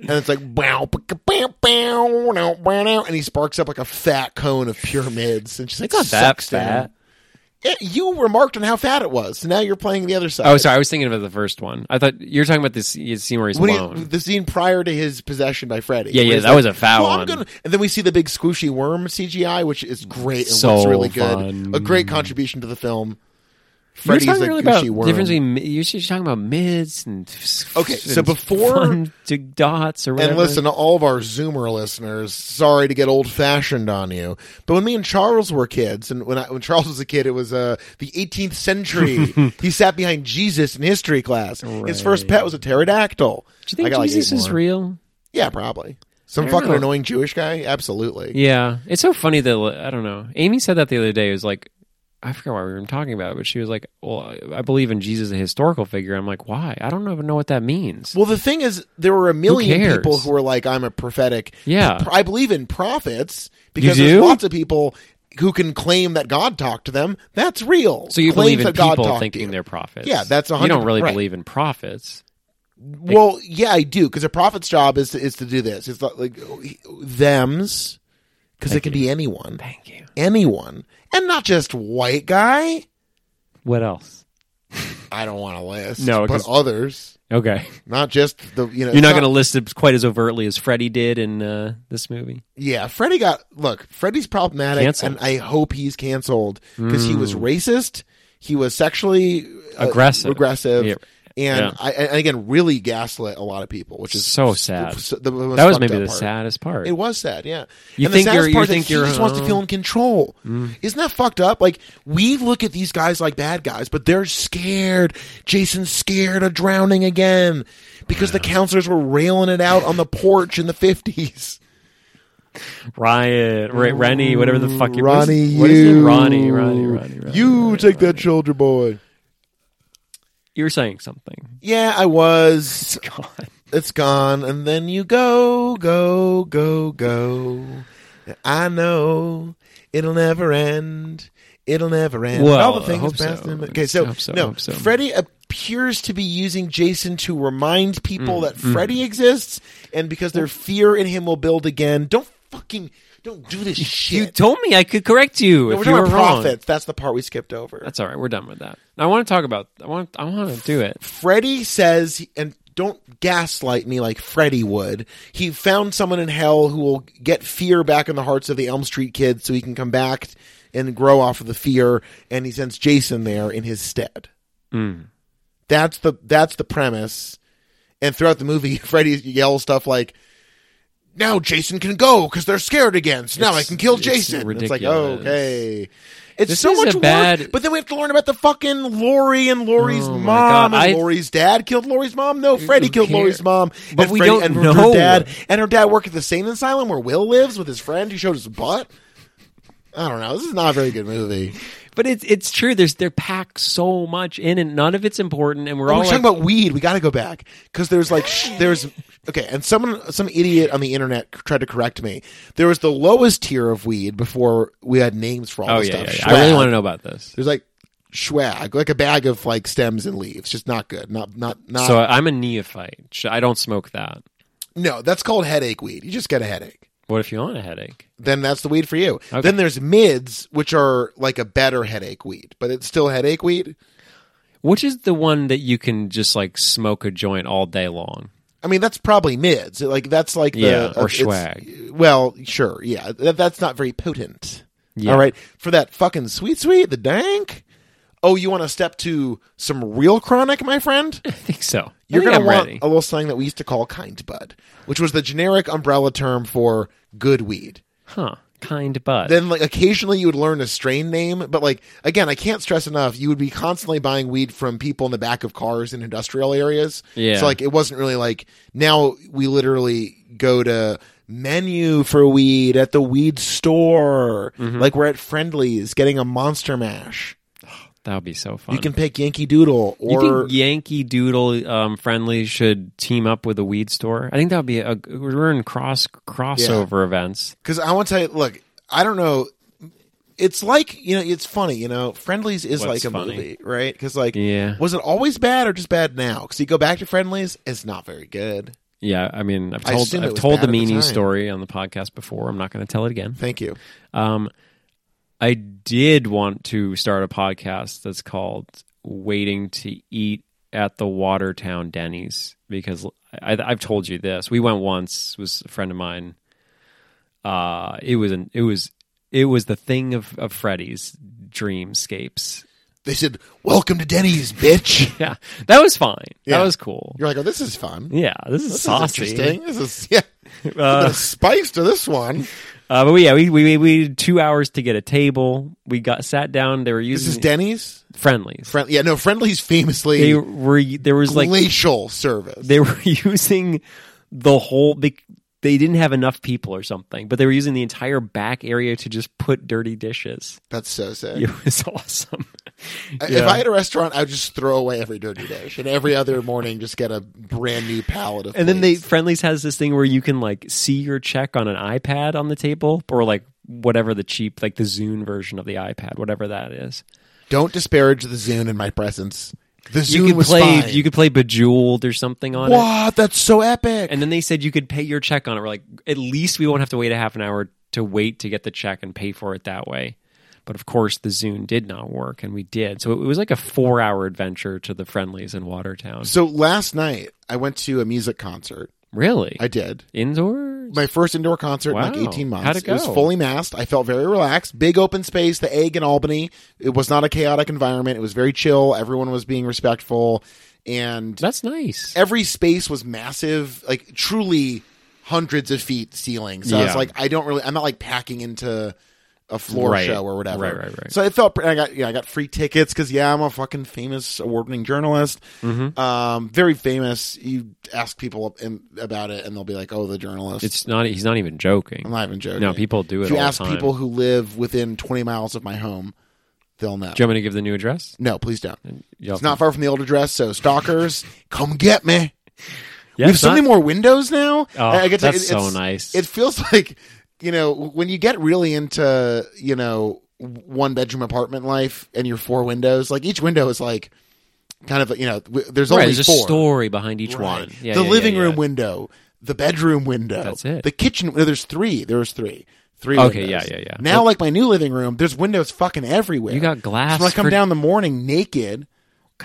And it's like bow, bow, bow, bow, bow, bow, and he sparks up like a fat cone of pyramids, and she's like,
It's not that
sucks down.
fat.
Yeah, you remarked on how fat it was. So now you're playing the other side.
Oh, sorry. I was thinking about the first one. I thought you were talking about this scene where he's
When he-
alone.
the scene prior to his possession by Freddy.
Yeah, yeah,
Where he's
that was a foul
"Well, I'm
one."
gonna-" And then we see the big squishy worm CGI, which is great and
So
looks really
fun.
good. A great contribution to the film.
You're
Freddy's the
talking really
gushy
about
worm.
difference between mi- you're just talking about mids and f-
Okay, so
and
before-
fun to dots or whatever.
and listen to all of our Zoomer listeners. Sorry to get old fashioned on you, but when me and Charles were kids, and when I, when Charles was a kid, it was uh, the 18th century. he sat behind Jesus in history class. His first pet was a pterodactyl.
do you
I got,
think
like,
Jesus
eight
is
more.
real?
Yeah, probably. Some
I don't
fucking
know.
annoying Jewish guy. Absolutely.
Yeah, it's so funny that like, I don't know. Amy said that the other day. It was like I forgot why we were talking about it, but she was like, "Well, I- I believe in Jesus, a historical figure." I'm like, "Why? I don't even know what that means."
Well, the thing is, there were a million
cares?
people who were like, "I'm a prophetic."
Yeah.
I believe in prophets because
do?
there's lots of people who can claim that God talked to them. That's real.
so you
Claims
believe in
that God
people
talked to
thinking
you.
they're prophets?
Yeah, that's a
you
hundred-
don't really
right.
believe in prophets.
Well, yeah, I do because a prophet's job is to, is to do this. It's not like them's because it can be anyone,
Thank you.
anyone, and not just white guy.
What else?
I don't want to list.
No,
but
'cause-
others,
Okay,
not just the you know.
you're
it's
not going to list it quite as overtly as Freddie did in uh, this movie.
Yeah, Freddie got look. Freddie's problematic,
Canceled. Hmm.
and I hope he's canceled because he was racist. He was sexually uh,
Aggressive.
aggressive,
Yeah.
and
Yeah.
I, and again, really gaslit a lot of people, which is
So sad.
s- the most
That was
fucked
maybe
up
the
part.
saddest part.
It was sad, yeah.
You
and
think
the saddest
you're- you
part is
think
that
you're, Hmm.
he just wants to
oh.
feel in control. Isn't that fucked up? Like we look at these guys like bad guys, but they're scared. Jason's scared of drowning again because the counselors were railing it out on the porch in the fifties.
Riot, Ray, Rennie, whatever the fuck. you- what
Ronnie,
is-
you.
what is it? Ronnie, Ronnie, Ronnie, Ronnie.
You take that shoulder boy.
You were saying something.
Yeah, I was.
God.
It's gone. And then you go, go, go, go. I know it'll never end. It'll never end.
Well,
All
I
the things
hope
past
so.
and- Okay, so,
Hope so,
no,
hope so.
Freddy appears to be using Jason to remind people
Mm,
that Freddy exists, and because their fear in him will build again. Don't fucking don't do this shit.
You told me I could correct
No,
you
we're
if you
talking
were
about
wrong.
prophets. That's the part we skipped over.
That's all right. We're done with that. I want to talk about. I want. I want to do it.
Freddie says, and don't gaslight me like Freddie would. He found someone in hell who will get fear back in the hearts of the Elm Street kids, so he can come back and grow off of the fear. And he sends Jason there in his stead.
Mm.
That's the that's the premise. And throughout the movie, Freddy yells stuff like. Now Jason can go because they're scared again. So now I
It's-
can kill
it's
Jason. It's, like
ridiculous.
okay, it's
This
so
is a
much
bad-
work. But then we have to learn about the fucking Lori and Lori's
Oh my
mom and
God, I-
Lori's dad killed Lori's mom. No, Freddie
who
killed
cares?
Lori's mom.
But
and
we
Freddie
don't
and
know.
her dad and her dad work at the same asylum where Will lives with his friend who showed his butt. I don't know. This is not a very good movie.
But it's it's true. There's they're packed so much in, and none of it's important. And we're
Oh, We're
all
talking
like,
about weed. We got to go back because there's like sh- there's okay, and someone some idiot on the internet c- tried to correct me. There was the lowest tier of weed before we had names for all
oh
this
yeah, yeah,
stuff.
yeah. I really
Schwag.
want to know about this.
There's like schwag, like a bag of like stems and leaves. Just not good. Not not not.
So I'm a neophyte. Sh- I don't smoke that.
no, that's called headache weed. You just get a headache.
What if you want a headache?
Then that's the weed for you. Then there's mids, which are like a better headache weed, but it's still headache weed.
Which is the one that you can just like smoke a joint all day long?
I mean, that's probably mids. Like that's like the
Yeah, or
it's-
schwag.
Well, sure, yeah. That, that's not very potent.
Yeah.
All right, for that fucking sweet sweet, the dank. Oh, you want to step to some real chronic, my friend?
I think so.
You're
I think
gonna
I'm
want
ready.
a little something that we used to call kind bud, which was the generic umbrella term for good weed.
huh? Kind bud.
Then, like occasionally, you would learn a strain name, but like again, I can't stress enough, you would be constantly buying weed from people in the back of cars in industrial areas.
Yeah.
So like, it wasn't really like now we literally go to menu for weed at the weed store.
Mm-hmm.
Like we're at Friendly's getting a Monster Mash.
that would be so fun.
You can pick Yankee Doodle
You
or
think Yankee Doodle um, friendly should team up with a weed store? I think that would be a we're in cross crossover events.
Because I want to tell you, look, I don't know. It's like you know, it's funny. You know, Friendlies is like
What's
a
funny?
movie, right? Because like,
Yeah.
was it always bad or just bad now? Because you go back to Friendlies, it's not very good.
Yeah, I mean, I've
I
told
assume it
I've
was
told the
bad at the
meanie
time.
story on the podcast before. I'm not going to tell it again.
Thank you.
Um, I did want to start a podcast that's called "Waiting to Eat at the Watertown Denny's" because I, I've told you this. We went once. Was a friend of mine. Uh, it was an it was it was the thing of of Freddy's dreamscapes.
They said, "Welcome to Denny's, bitch."
Yeah, that was fine.
Yeah.
That was cool.
You're like, "Oh, this is fun.
Yeah, this is
This
saucy.
is interesting. This is yeah."
Uh,
There's spice to this one.
Uh, but we- yeah, we, we we did two hours to get a table. We got sat down. They were
This is
using
Denny's.
friendlies.
Friend- yeah, no, Friendlies famously
They were there was like
glacial service.
they were using the whole. They, they didn't have enough people or something, but they were using the entire back area to just put dirty dishes.
That's so sick.
It was awesome.
I- If
Yeah.
I had a restaurant, I would just throw away every dirty dish, and every other morning just get a brand new palette of.
And then they
plates.
friendlies has this thing where you can like see your check on an iPad on the table or like whatever the cheap like the Zune version of the iPad, whatever that is.
don't disparage the Zune in my presence. The Zune
you could
was
play
fine.
you could play Bejeweled or something on it.
Wow, that's so epic!
And then they said you could pay your check on it. We're like, at least we won't have to wait a half an hour to wait to get the check and pay for it that way. But of course, the Zune did not work, and we did. So it was like a four-hour adventure to the friendlies in Watertown.
so last night I went to a music concert.
Really,
I did
indoors?
my first indoor concert in
Wow.
like eighteen months.
How'd it
was
go?
fully masked. I felt very relaxed. Big open space. The Egg in Albany. It was not a chaotic environment. It was very chill. Everyone was being respectful, and
That's nice.
every space was massive, like truly hundreds of feet ceiling. So I was
Yeah.
like, I don't really, I'm not like packing into a floor
Right.
show or whatever.
Right, right, right.
So I felt, I got, yeah, I got free tickets because yeah, I'm a fucking famous award-winning journalist.
Mm-hmm.
Um, very famous. You ask people up in, about it, and they'll be like, oh, the journalist.
It's not. He's not even
I'm
joking.
not even joking.
No, people do it.
If you
all the
ask
time.
people who live within 20 miles of my home, they'll know.
Do you want me to give the new address?
no, please don't.
Y'all
It's
can-
not far from the old address, so stalkers, come get me
Yeah,
we have
it's
so
not-
many more windows now.
Oh,
I- I get to-
that's
it-
so
it's-
nice.
It feels like you know when you get really into you know one bedroom apartment life and your four windows. Like each window is like kind of you know w- there's
Right,
only
there's a
four.
story behind each
Right.
one. Yeah,
the
yeah, yeah,
living
yeah.
room window, the bedroom window,
That's it.
The kitchen. No, there's three. There's three. Three.
Okay,
windows.
yeah, yeah, yeah.
Now, like my new living room, there's windows fucking everywhere.
You got glass.
So when I come
for-
down in the morning naked,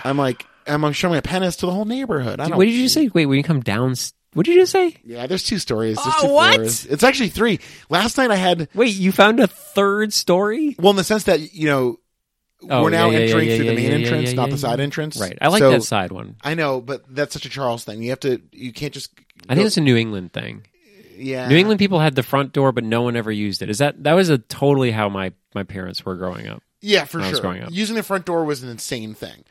I'm like I'm showing my penis to the whole neighborhood. I don't
What did you say? Wait, when you come down, what did you just say?
yeah, there's two stories. There's
Oh,
two
what?
floors. It's actually three. Last night I had
Wait, you found a third story?
well in the sense that you know
Oh,
we're now
yeah, yeah,
entering
yeah,
through the
yeah,
main
yeah, yeah,
entrance,
yeah,
not
yeah,
the side
yeah.
entrance.
Right. I like
So-
that side one.
I know, but that's such a Charles thing. You have to. You can't just.
I think it's a New England thing.
yeah.
New England people had the front door, but no one ever used it. Is that that was a totally how my my parents were growing up?
Yeah, for
when I
sure.
was Oh, growing up.
Using the front door was an insane thing.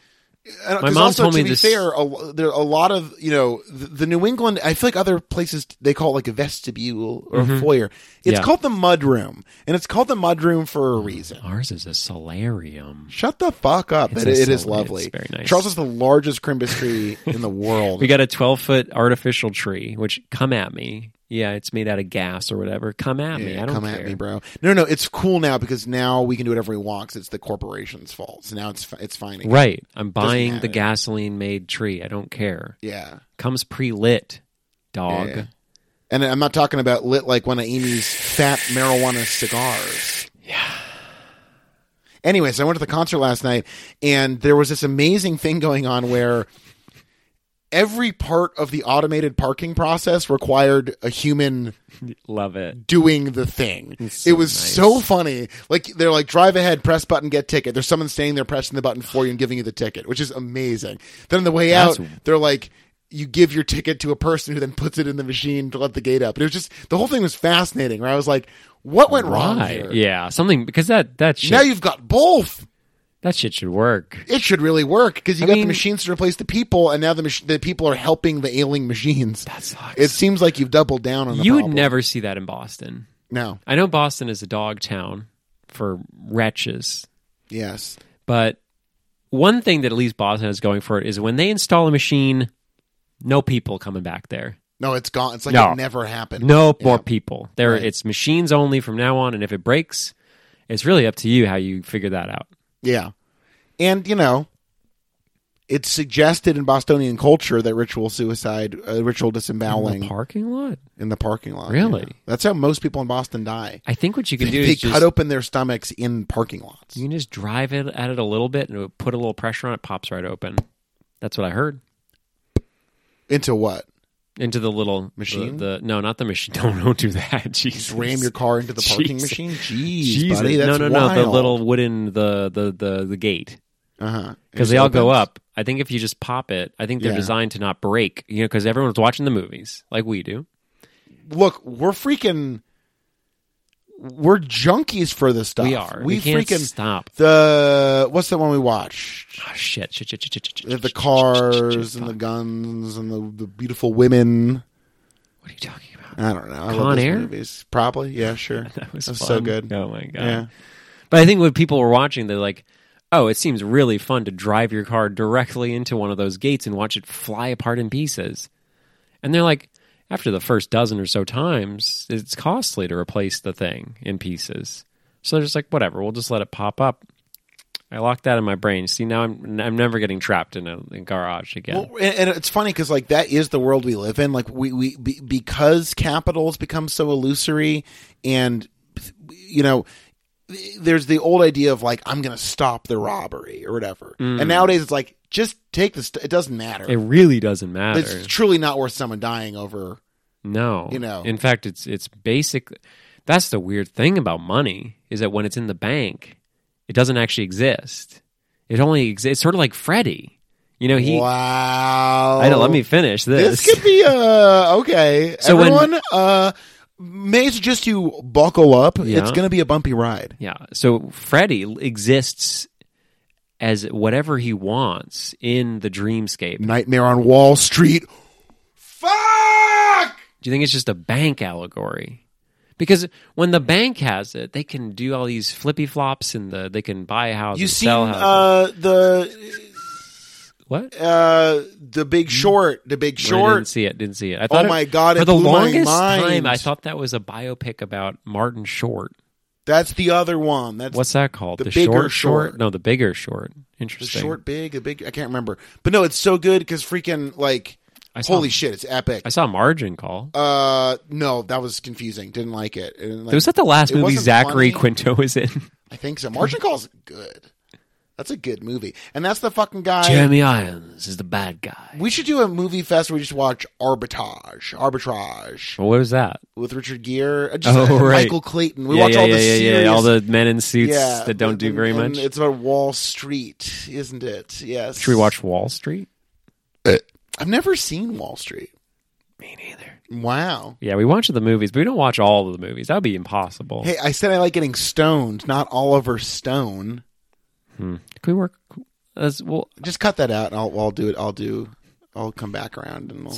And,
My
'cause
mom
also,
told
to
me
be
this-
fair, a, lo- there are a lot of you know the, the New England. I feel like other places they call it like a vestibule or a foyer. It's
Mm-hmm. Yeah.
called the mud room, and it's called the mud room for a reason.
Ours is a solarium.
Shut the fuck up!
It's
It,
a
it is
solid-
lovely.
it's very nice.
Charles is the largest crimbus tree in the world.
We got a 12 foot artificial tree, which come at me. Yeah, it's made out of gas or whatever. Come at me.
Yeah,
I don't
come
care.
at me, bro. No, no, it's cool now because now we can do whatever we want. 'cause it's the corporation's fault. So now it's fi- it's fine. again.
Right. I'm buying
have
the
it.
gasoline made tree. I don't care.
Yeah.
Comes pre lit, dog.
Yeah. And I'm not talking about lit like one of Amy's fat marijuana cigars. Yeah. Anyways, I went to the concert last night and there was this amazing thing going on where every part of the automated parking process required a human
Love it.
doing the thing.
so
it was
nice.
so funny. Like they're like drive ahead, press button, get ticket. There's someone standing there pressing the button for you and giving you the ticket, which is amazing. Then on the way
That's-
out, they're like you give your ticket to a person who then puts it in the machine to let the gate up. It was just the whole thing was fascinating. Where I was like, what went wrong here?
Right. Yeah. Something because that that shit
Now you've got both.
that shit should work.
It should really work because you got
mean-
the machines to replace the people, and now the mach- the people are helping the ailing machines.
That sucks.
It seems like you've doubled down on the
you would
problem.
never see that in Boston.
no
I know Boston is a dog town for wretches,
yes
but one thing that at least Boston has going for it is when they install a machine, no people coming back there.
no it's gone it's like
No.
it never happened
No
Yeah.
more people. There,
Right.
it's machines only from now on. And if it breaks, it's really up to you how you figure that out.
Yeah. And, you know, it's suggested in Bostonian culture that ritual suicide, uh, ritual disemboweling in
The
the,
parking lot.
parking lot.
Really?
yeah. That's how most people in Boston die.
I think what you can do
They
is
cut
just,
open their stomachs in parking lots.
you can just drive it at it a little bit and it would put a little pressure on it. Pops right open. That's what I heard.
Into what?
Into the little
Machine?
The, the- no, not the machine. Don't don't do that. Jesus.
Just ram your car into the parking
Jesus.
machine? Jeez,
Jesus.
buddy. That's
no, no,
wild.
no. The little wooden the the the, the gate
Uh-huh.
because
It
they all go
opens.
up. I think if you just pop it, I think they're
Yeah.
designed to not break. You know, because everyone's watching the movies like we do.
Look, we're freaking. We're junkies for this stuff.
We are.
Ah, We,
We, can't
freaking.
stop.
The. What's the one we watched?
Oh, shit. Shit, shit, shit, shit, shit,
They have the
shit,
cars
shit,
and the
shit.
guns and the, the beautiful women.
What are you talking about?
I don't know. I
Con
love those
Air?
movies. Probably, yeah, sure.
That was,
so
fun.
good.
Oh my god.
Yeah.
But I think when people were watching, they're like, "Oh, it seems really fun to drive your car directly into one of those gates and watch it fly apart in pieces." And they're like, after the first dozen or so times, it's costly to replace the thing in pieces. So they're just like, "Whatever, we'll just let it pop up." I locked that in my brain. See, now I'm I'm never getting trapped in a, in garage again.
Well, and, and it's funny because like that is the world we live in. Like we we be, because capital's become so illusory, and you know, there's the old idea of like I'm going to stop the robbery or whatever. And nowadays it's like just take the. St- it doesn't matter.
Mm. it really doesn't matter.
it's truly not worth someone dying over.
No.
You know.
In fact, it's it's basic that's the weird thing about money is that when it's in the bank, it doesn't actually exist. It only exists it's sort of like Freddie. You know, he
wow.
I don't let me finish this.
This could be uh okay.
So when-
Everyone, uh, may I suggest you buckle up?
Yeah.
It's going to be a bumpy ride.
yeah. So Freddie exists as whatever he wants in the dreamscape.
Nightmare on Wall Street. Fuck!
Do you think it's just a bank allegory? Because when the bank has it, they can do all these flippy flops and the they can buy a house,
You
and
seen
sell houses.
uh the
what?
uh the Big Short? The Big
I didn't
Short. Oh
see Mm-hmm. it. Didn't see it. I thought it-
my God,
For
it
the
blew my
longest
mind.
time, I thought that was a biopic about Martin Short.
That's the other one. That's
What's that called?
The Bigger
short,
Short.
No, the bigger short.
the
Interesting.
short, big, the big. I can't remember, but no, it's so good because freaking like,
I saw-
holy shit, it's epic.
I saw Margin Call.
uh, no, that was confusing. Didn't like it. And, like,
was that the last
it
movie
wasn't funny.
Zachary Quinto was in?
I think so. Margin Call's good. That's a good movie. And that's the fucking guy.
Jeremy Irons is the bad guy.
We should do a movie fest where we just watch Arbitrage. Arbitrage.
Well, what was that?
With Richard Gere. Uh, Just,
Oh,
uh,
right.
Michael Clayton. We
yeah,
watch
yeah,
all
yeah,
the
yeah,
serious.
yeah, all the men in suits
yeah,
that don't
and-
do very
and
much.
It's about Wall Street, isn't it? Yes.
Should we watch Wall Street?
I've never seen Wall Street.
Me neither.
Wow.
Yeah, we watch the movies, but we don't watch all of the movies. That would be impossible.
Hey, I said I like getting stoned, not Oliver Stone.
Hmm. Can we work? That's, well,
Just cut that out. And I'll I'll do it. I'll do. I'll come back around and we'll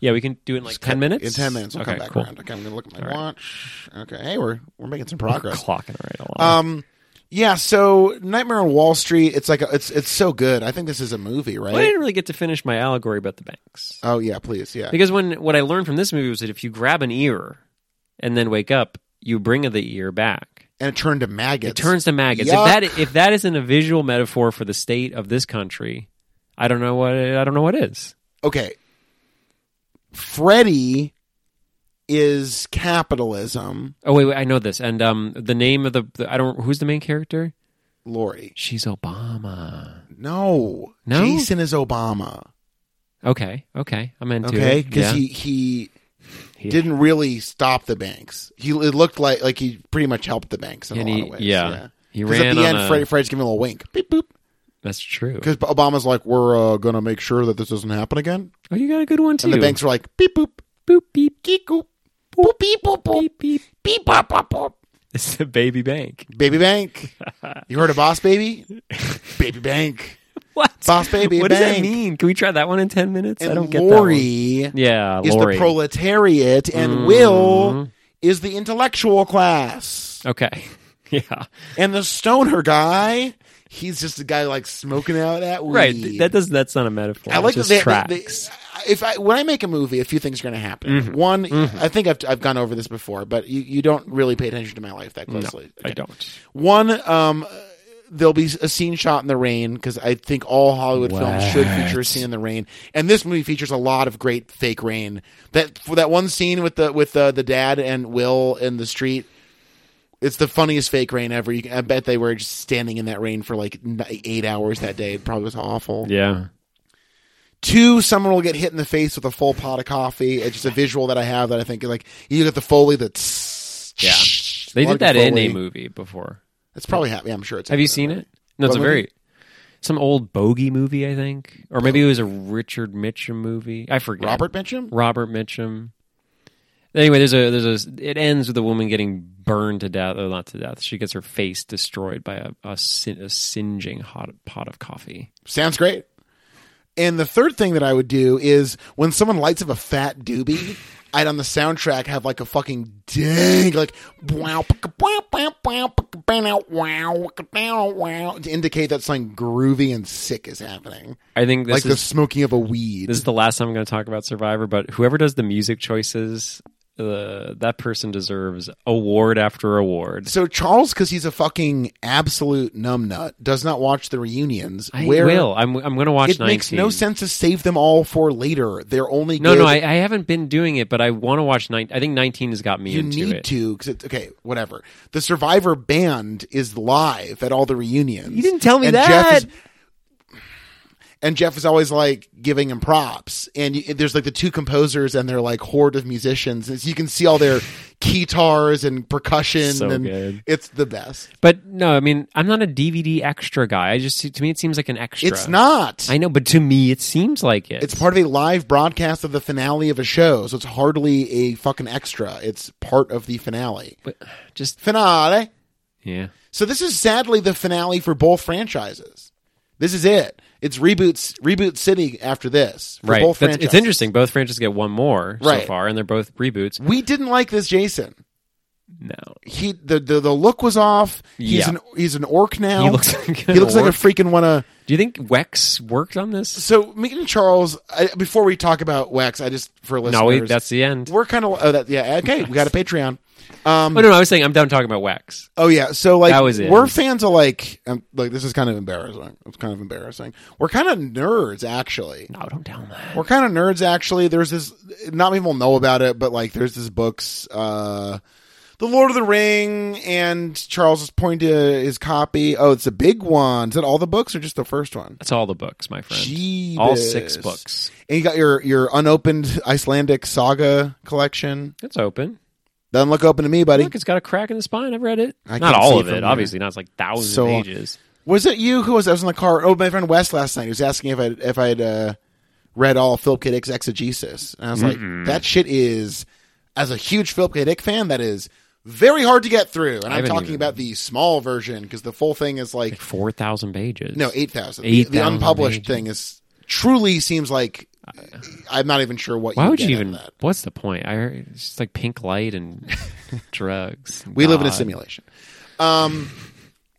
yeah, we can do it in like ten minutes.
in ten minutes. We'll
okay,
come back
cool.
around. Okay, I'm gonna look at my watch. Okay, hey, we're we're making some progress.
Clocking right along.
Um, yeah. So Nightmare on Wall Street. It's like a, it's it's so good. I think this is a movie, right?
Well, I didn't really get to finish my allegory about the banks
Oh yeah, please, yeah.
because when what I learned from this movie was that if you grab an ear and then wake up, you bring the ear back.
And it turned to maggots.
It turns to maggots.
Yuck.
If that if that isn't a visual metaphor for the state of this country, I don't know what I don't know what is.
okay. Freddy is capitalism.
Oh wait, wait I know this. And um, the name of the, the I don't who's the main character.
Lori.
She's Obama.
No,
No?
Jason is Obama.
Okay, okay, I'm into
Okay,
it.
because
Yeah.
he he
He-
didn't really stop the banks. He it looked like like he pretty much helped the banks in
And
a lot
he-
of ways.
yeah. He
'Cause at
ran
the
on
end,
a-
Freddy, Freddy's giving him a little wink. Beep boop.
that's true.
Because Obama's like, we're uh, going to make sure that this doesn't happen again.
Oh, you got a good one too.
And the banks are like, beep boop,
boop beep
geek boop, boop, beep boop, boop,
beep beep.
beep bop, bop, bop.
It's a baby bank.
Baby Bank. You heard of Boss Baby? baby Bank.
What?
Boss Baby
what does that
Bank.
mean? Can we try that one in ten minutes?
And
I don't get that.
Lori
One. Yeah,
is
Lori.
the proletariat, and
Mm.
Will is the intellectual class.
okay. yeah.
And the stoner guy, he's just a guy like smoking out that weed.
Right. th- That does. That's not a metaphor.
I like
it just
that they-
tracks. Mm-hmm.
they- if I when I make a movie, a few things are going to happen. One, I think I've I've gone over this before, but you, you don't really pay attention to my life that
no,
closely.
I
Okay.
don't.
One, um, there'll be a scene shot in the rain because I think all Hollywood films should feature a
What?
scene in the rain, and this movie features a lot of great fake rain. That for that one scene with the with the, the dad and Will in the street. It's the funniest fake rain ever. You can, I bet they were just standing in that rain for like n- eight hours that day. It probably was awful.
Yeah.
Two, someone will get hit in the face with a full pot of coffee. It's just a visual that I have that I think like you get the foley that's
Yeah. They did that in a movie before.
That's probably happening. I'm sure it's.
Have you seen it? No, it's
What
a very some old bogey movie, I think, or maybe it was a Richard Mitchum movie. I forget.
Robert Mitchum?
Robert Mitchum. Anyway, there's a there's a it ends with a woman getting burned to death or not to death. She gets her face destroyed by a a, sin, a singeing hot pot of coffee.
Sounds great. And the third thing that I would do is when someone lights up a fat doobie, I'd on the soundtrack have like a fucking dang like wow paka, wow wow, wow paka, bow, wow paka, bow, wow to indicate that something groovy and sick is happening,
I think this
like
is
the smoking of a weed.
this is the last time I'm going to talk about Survivor. But whoever does the music choices, uh, that person deserves award after award.
So Charles, because he's a fucking absolute numbnut, does not watch the reunions.
I will. I'm I'm going to watch.
It makes
19.
no sense to save them all for later. They're only
No,
good.
no, I, I haven't been doing it, but I want to watch nine. I think nineteen has got me
you
into
need
it.
to because it's okay. Whatever. The Survivor band is live at all the reunions.
You didn't tell me
and
that.
Jeff is, and Jeff is always like giving him props. And you, there's like the two composers and their like horde of musicians. And so you can see all their guitars and percussion.
So
and
good.
It's the best.
But no, I mean, I'm not a DVD extra guy. I just to me it seems like an extra.
It's not.
I know, but to me it seems like it.
It's part of a live broadcast of the finale of a show, so it's hardly a fucking extra. It's part of the finale.
But just
Finale.
yeah.
So this is sadly the finale for both franchises. This is it. It's reboots reboot city after this. For
Right.
Both
That's-
franchises.
it's interesting. Both franchises get one more
Right.
so far, and they're both reboots.
We didn't like this Jason.
No,
He the the, the look was off. He's
Yeah.
an he's an orc now.
he looks like
He looks like a freaking wanna.
Do you think Wex worked on this?
So meeting Charles. I, before we talk about Wex, I just for listeners,
No, wait, that's the end.
we're kind of oh that yeah okay we got a Patreon. Um,
Oh no, no, I was saying I'm done talking about Wex.
Oh yeah, so like
That was it.
we're fans of like um, like this is kind of embarrassing. It's kind of embarrassing. We're kind of nerds actually.
No, don't tell him that.
We're kind of nerds actually. There's this not many people know about it, but like there's this books uh The Lord of the Ring and Charles is pointing to his copy. Oh, it's a big one. Is it all the books or just the first one?
That's all the books, my friend.
Jeebus.
All six books.
And you got your your unopened Icelandic saga collection.
It's open.
Doesn't look open to me, buddy.
Look, it's got a crack in the spine. I've read it.
I
not
can't see
all of
it from
it,
here.
obviously. Not it's like thousands
So uh,
of
long.
pages.
Was it you who was? I was in the car. Oh, my friend Wes last night. He was asking if I if I'd uh, read all of Philip K. Dick's exegesis, and I was like, that shit is. As a huge Philip K. Dick fan, that is very hard to get through. And
I
I'm
haven't
talking
even-
about the small version because the full thing is like
four thousand pages.
no, 8,000. the, the
8,000
unpublished
pages. Uh,
thing is truly seems like I'm not even sure what
Why
you
would you
get out of
even?
that.
What's the point? I heard it's just like pink light and drugs. and
We live in a
God.
simulation. Um,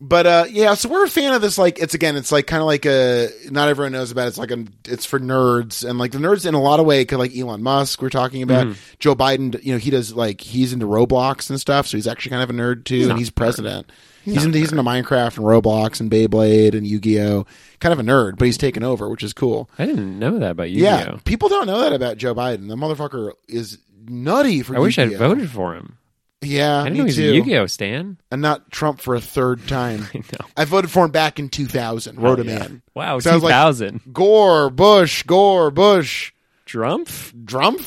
but uh, yeah, so we're a fan of this. Like, it's again, it's like kind of like a not everyone knows about. It. It's like a, it's for nerds, and like the nerds in a lot of way, could like Elon Musk, we're talking about
Mm-hmm.
Joe Biden. You know, he does like he's into Roblox and stuff, so he's actually kind of a nerd too, and he's president. He's, into he's into Minecraft and Roblox and Beyblade and Yu Gi Oh. Kind of a nerd, but he's taken over, which is cool.
I didn't know that about you.
Yeah, people don't know that about Joe Biden. The motherfucker is nutty for.
I wish I'd
Yu-Gi-Oh.
voted for him.
Yeah,
I didn't
me
know he's
too
a Yu-Gi-Oh stan.
and not Trump for a third time. I
know. Oh,
voted for him back in 2000. Wrote him in.
Wow,
Sounds
two
like-
thousand.
Gore, Bush, Gore, Bush,
Trump?
Trump.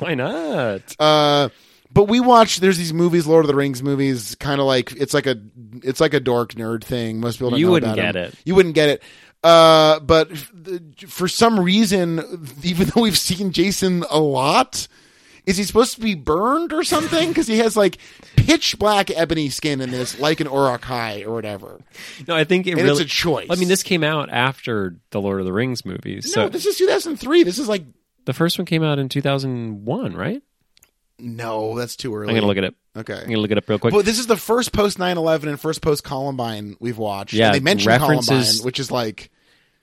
Why not?
Uh, but we watched. There's these movies, Lord of the Rings movies, kind of like it's like a it's like a dork nerd thing. Most people don't
You
know
wouldn't
about 'em.
get it.
You wouldn't get it. Uh, but f- the- for some reason, even though we've seen Jason a lot. Is he supposed to be burned or something? Because he has like pitch black ebony skin in this, like an Orokai or whatever.
No, I think it
And
really.
it's a choice.
I mean, this came out after the Lord of the Rings movies. So
no, this is 2003. This is like
the first one came out in 2001, right?
no, that's too early.
I'm gonna look it up. I'm
Okay.
gonna look it up real quick.
But this is the first post 9/11 and first post Columbine we've watched.
Yeah,
And they mentioned
references-
Columbine, which is like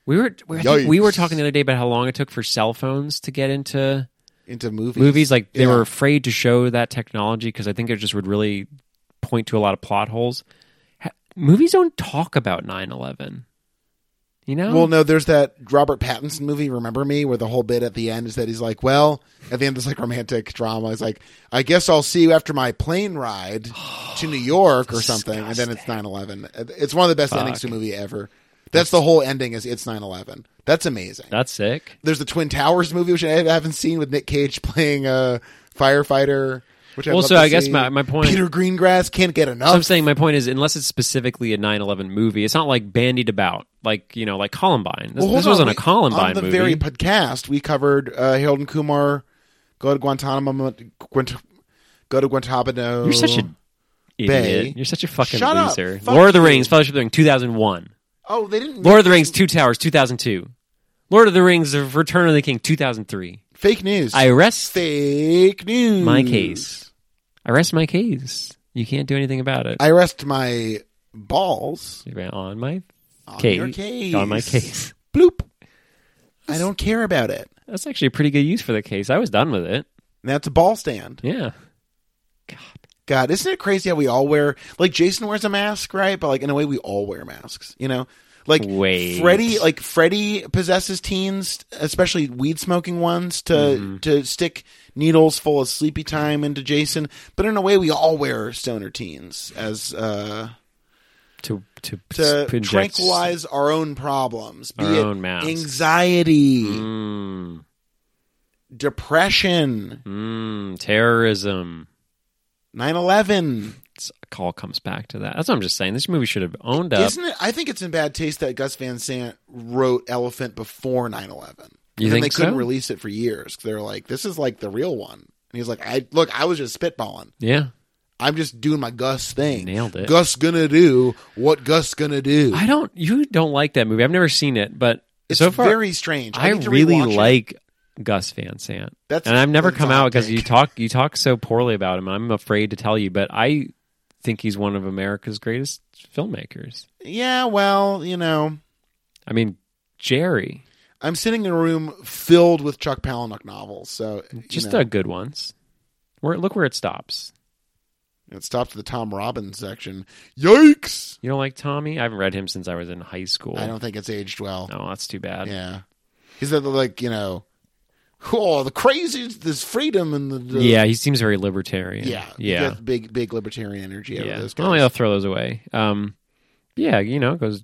We were we, I think we were
Yikes.
talking the other day about how long it took for cell phones to get into
into movies.
movies. Like they
Yeah.
were afraid to show that technology because I think it just would really point to a lot of plot holes. Ha- movies don't talk about 9-11. You know,
Well, no, there's that Robert Pattinson movie, Remember Me, where the whole bit at the end is that he's like, well, at the end it's like romantic drama. He's like, I guess I'll see you after my plane ride to New York or something, and then it's 9/11. It's one of the best endings to a movie ever. That's the whole ending is it's 9/11. That's amazing.
that's sick.
there's the Twin Towers movie, which I haven't seen with Nick Cage playing a firefighter. Which I
Well, so I guess my- my point-
Peter Greengrass can't get
So I'm
enough.
saying my point is, unless it's specifically a 9/11 movie, it's not like bandied about, like you know, like Columbine. This,
Well, hold
this wasn't
on,
a
we-
Columbine
On the
movie.
very podcast, we covered uh, Harold and Kumar go to Guantanamo, Guant- go to Guantanamo.
You're such a
Bay.
idiot. You're such a fucking
Shut up.
loser.
Fuck
Lord of the
you.
Rings, Fellowship of the Ring, 2001.
oh, they didn't
Lord of the Rings, Two Towers, 2002. Lord of the Rings, The Return of the King, 2003.
fake news.
I rest
fake news.
my case. I rest my case. You can't do anything about it.
I rest my balls
You're on my
on
case.
your case.
On my case.
Bloop. I don't care about it.
That's actually a pretty good use for the case. I was done with it.
That's a ball stand.
Yeah. God.
God, isn't it crazy how we all wear like Jason wears a mask, right? But like in a way, we all wear masks. You know, like
Wait.
Freddy, like Freddy possesses teens, especially weed smoking ones, to
Mm-hmm.
to stick needles full of sleepy time into Jason. But in a way, we all wear stoner teens as uh,
To to,
to
inject-
tranquilize our own problems, be
Our
it
own masks.
anxiety,
Mm,
depression,
mm, terrorism.
9-11.
It's, it all comes back to that. That's what I'm just saying. This movie should have owned up.
Isn't it? I think it's in bad taste that Gus Van Sant wrote Elephant before 9 11.
You
and then
think
they couldn't
so?
release it for years. They're like, this is like the real one. And he's like, I look, I was just spitballing.
yeah.
I'm just doing my Gus thing.
Nailed it.
Gus gonna do what Gus gonna do.
I don't. You don't like that movie. I've never seen it, but
it's
so far,
very strange. I,
I
need to
really
rewatch it.
like Gus Van Sant.
That's-
and I've never
that's
come
a hot
out because you
take.
talk you talk so poorly about him. I'm afraid to tell you, but I think he's one of America's greatest filmmakers.
Yeah, well, you know,
I mean, Jerry,
I'm sitting in a room filled with Chuck Palahniuk novels, so you
just
know,
the good ones. Where look where it stops.
it stopped at the Tom Robbins section. Yikes!
You don't like Tommy? I haven't read him since I was in high school.
I don't think it's aged well.
Oh, that's too bad.
Yeah. He's that like, you know, oh, the crazy, this freedom and the. the
Yeah, he seems very libertarian.
Yeah. You
yeah.
get big, big libertarian energy out of
Yeah.
those guys.
Well, I'll throw those away. Um, yeah, you know, it goes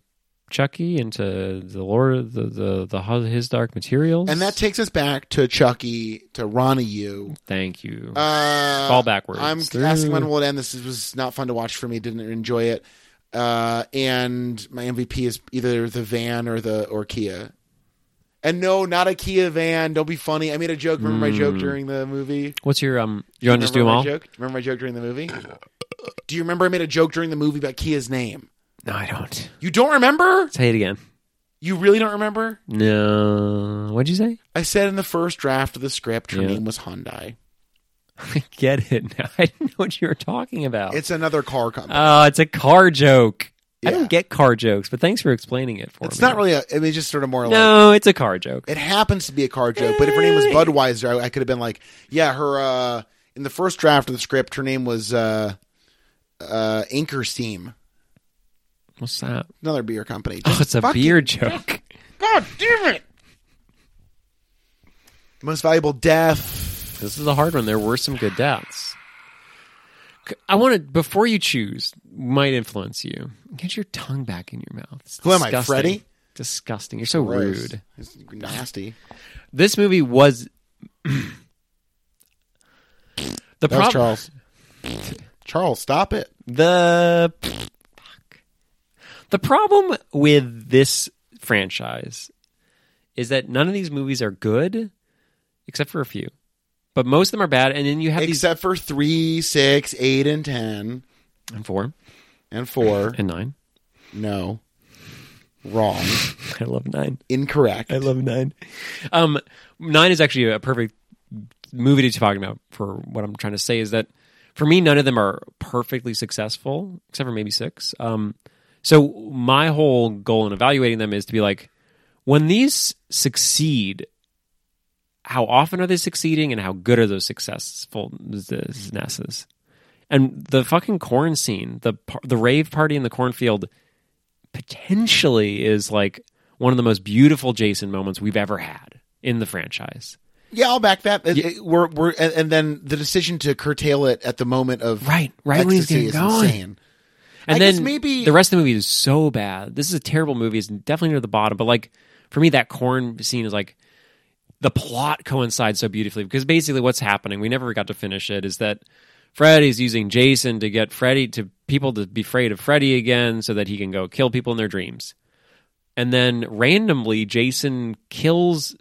Chucky into the Lord of the, the, the Hu- His Dark Materials.
And that takes us back to Chucky, to Ronnie You.
Thank you.
Uh,
Fall backwards.
I'm
Through-
asking when will it end. This was not fun to watch for me. Didn't enjoy it. Uh, and my MVP is either the van or the or Kia. And no, not a Kia van. Don't be funny. I made a joke. Remember my
Mm.
joke during the movie?
What's your um? You want to just do them
remember
all?
my joke? Remember my joke during the movie? Do you remember I made a joke during the movie about Kia's name?
No, I don't.
You don't remember?
Say it again.
You really don't remember?
No. What'd you say?
I said in the first draft of the script, her
Yeah.
name was Hyundai.
I get it now. I didn't know what you were talking about.
It's another car company.
oh, it's a car joke. I
Yeah.
don't get car jokes, but thanks for explaining it for
it's
me.
not really a. I mean, it's just sort of more like
Uh, No, it's a car joke.
it happens to be a car joke. But if her name was Budweiser, I, I could have been like, yeah, her. uh In the first draft of the script, her name was uh uh Anchor Steam,
What's that?
another beer company.
Oh, it's a
Fuck
beer joke.
God damn it! Most valuable death.
This is a hard one. There were some good deaths. C- I want to before you choose might influence you. Get your tongue back in your mouth. It's
Who am I,
disgusting.
Freddy?
Disgusting. You're so rude.
It's nasty.
This movie was the
That was
problem.
Charles. Charles, stop it.
the fuck. the problem with this franchise is that none of these movies are good except for a few but most of them are bad and then you have
Except for three, six, eight, and ten,
these and four
and four.
and nine
No, wrong,
i love nine
incorrect.
i love nine um nine is actually a perfect movie to talk about for what i'm trying to say is that for me none of them are perfectly successful except for maybe six um so my whole goal in evaluating them is to be like when these succeed how often are they succeeding and how good are those successfulnesses and the fucking corn scene the par- the rave party in the cornfield potentially is like one of the most beautiful jason moments we've ever had in the franchise
Yeah, I'll back that. It- it- we're we're and, and then the decision to curtail it at the moment of
Right, right when he's
ecstasy
getting
is
going.
insane.
and
I
then
guess maybe-
the rest of the movie is so bad this is a terrible movie it's definitely near the bottom but like for me that corn scene is like the plot coincides so beautifully because basically what's happening we never got to finish it is that freddy's using jason to get freddy to people to be afraid of freddy again so that he can go kill people in their dreams and then randomly jason kills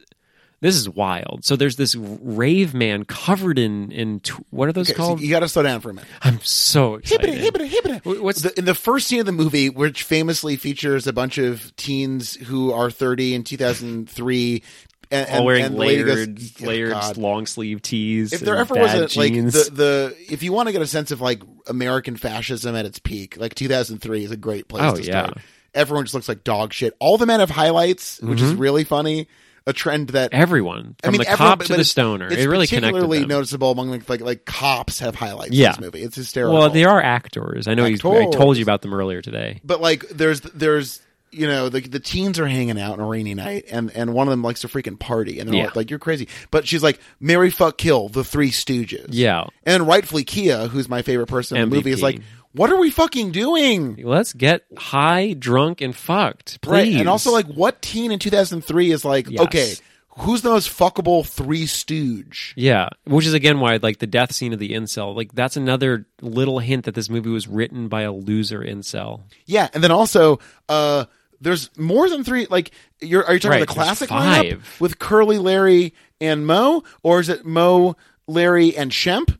this is wild so there's this rave man covered in in tw- what are those
Okay, so
called
you got to slow down for a minute.
i'm so excited
Hibbity, hibbity, hibbity.
Wh- what's-
the, in the first scene of the movie, which famously features a bunch of teens who are 30 in 2003, and,
all
and-
wearing
and the lady
layered,
goes, "Oh,
layered
God."
long sleeve tees.
If there
and
ever was
bad
a like
jeans.
the, the if you want to get a sense of like American fascism at its peak, like 2003 is a great place
Oh,
to start.
yeah.
Everyone just looks like dog shit. All the men have highlights, which is really funny. A trend that
everyone Mm-hmm. from
I mean,
the
everyone-
cop
but-
to
but
the
it's-
stoner,
It's
it really connected
particularly
them.
noticeable among like, like like cops have highlights
Yeah.
in this movie. It's hysterical.
well, they are actors. I know you I told
Actors.
you about them earlier today.
but like there's there's you know the the teens are hanging out on a rainy night and and one of them likes to freaking party and they're
Yeah.
all like you're crazy. But she's like Mary fuck kill the three stooges.
Yeah,
And rightfully Kia, who's my favorite person in the movie is
MVP.
like what are we fucking doing?
let's get high, drunk, and fucked, please.
And also like what teen in 2003 is like
Yes.
okay, who's the most fuckable three stooge?
yeah, which is again why like the death scene of the incel, like that's another little hint that this movie was written by a loser incel.
Yeah, and then also uh there's more than three. Like, you're, are you talking
Right,
about the classic
there's
lineup
five.
with Curly, Larry, and Mo, or is it Mo, Larry, and Shemp,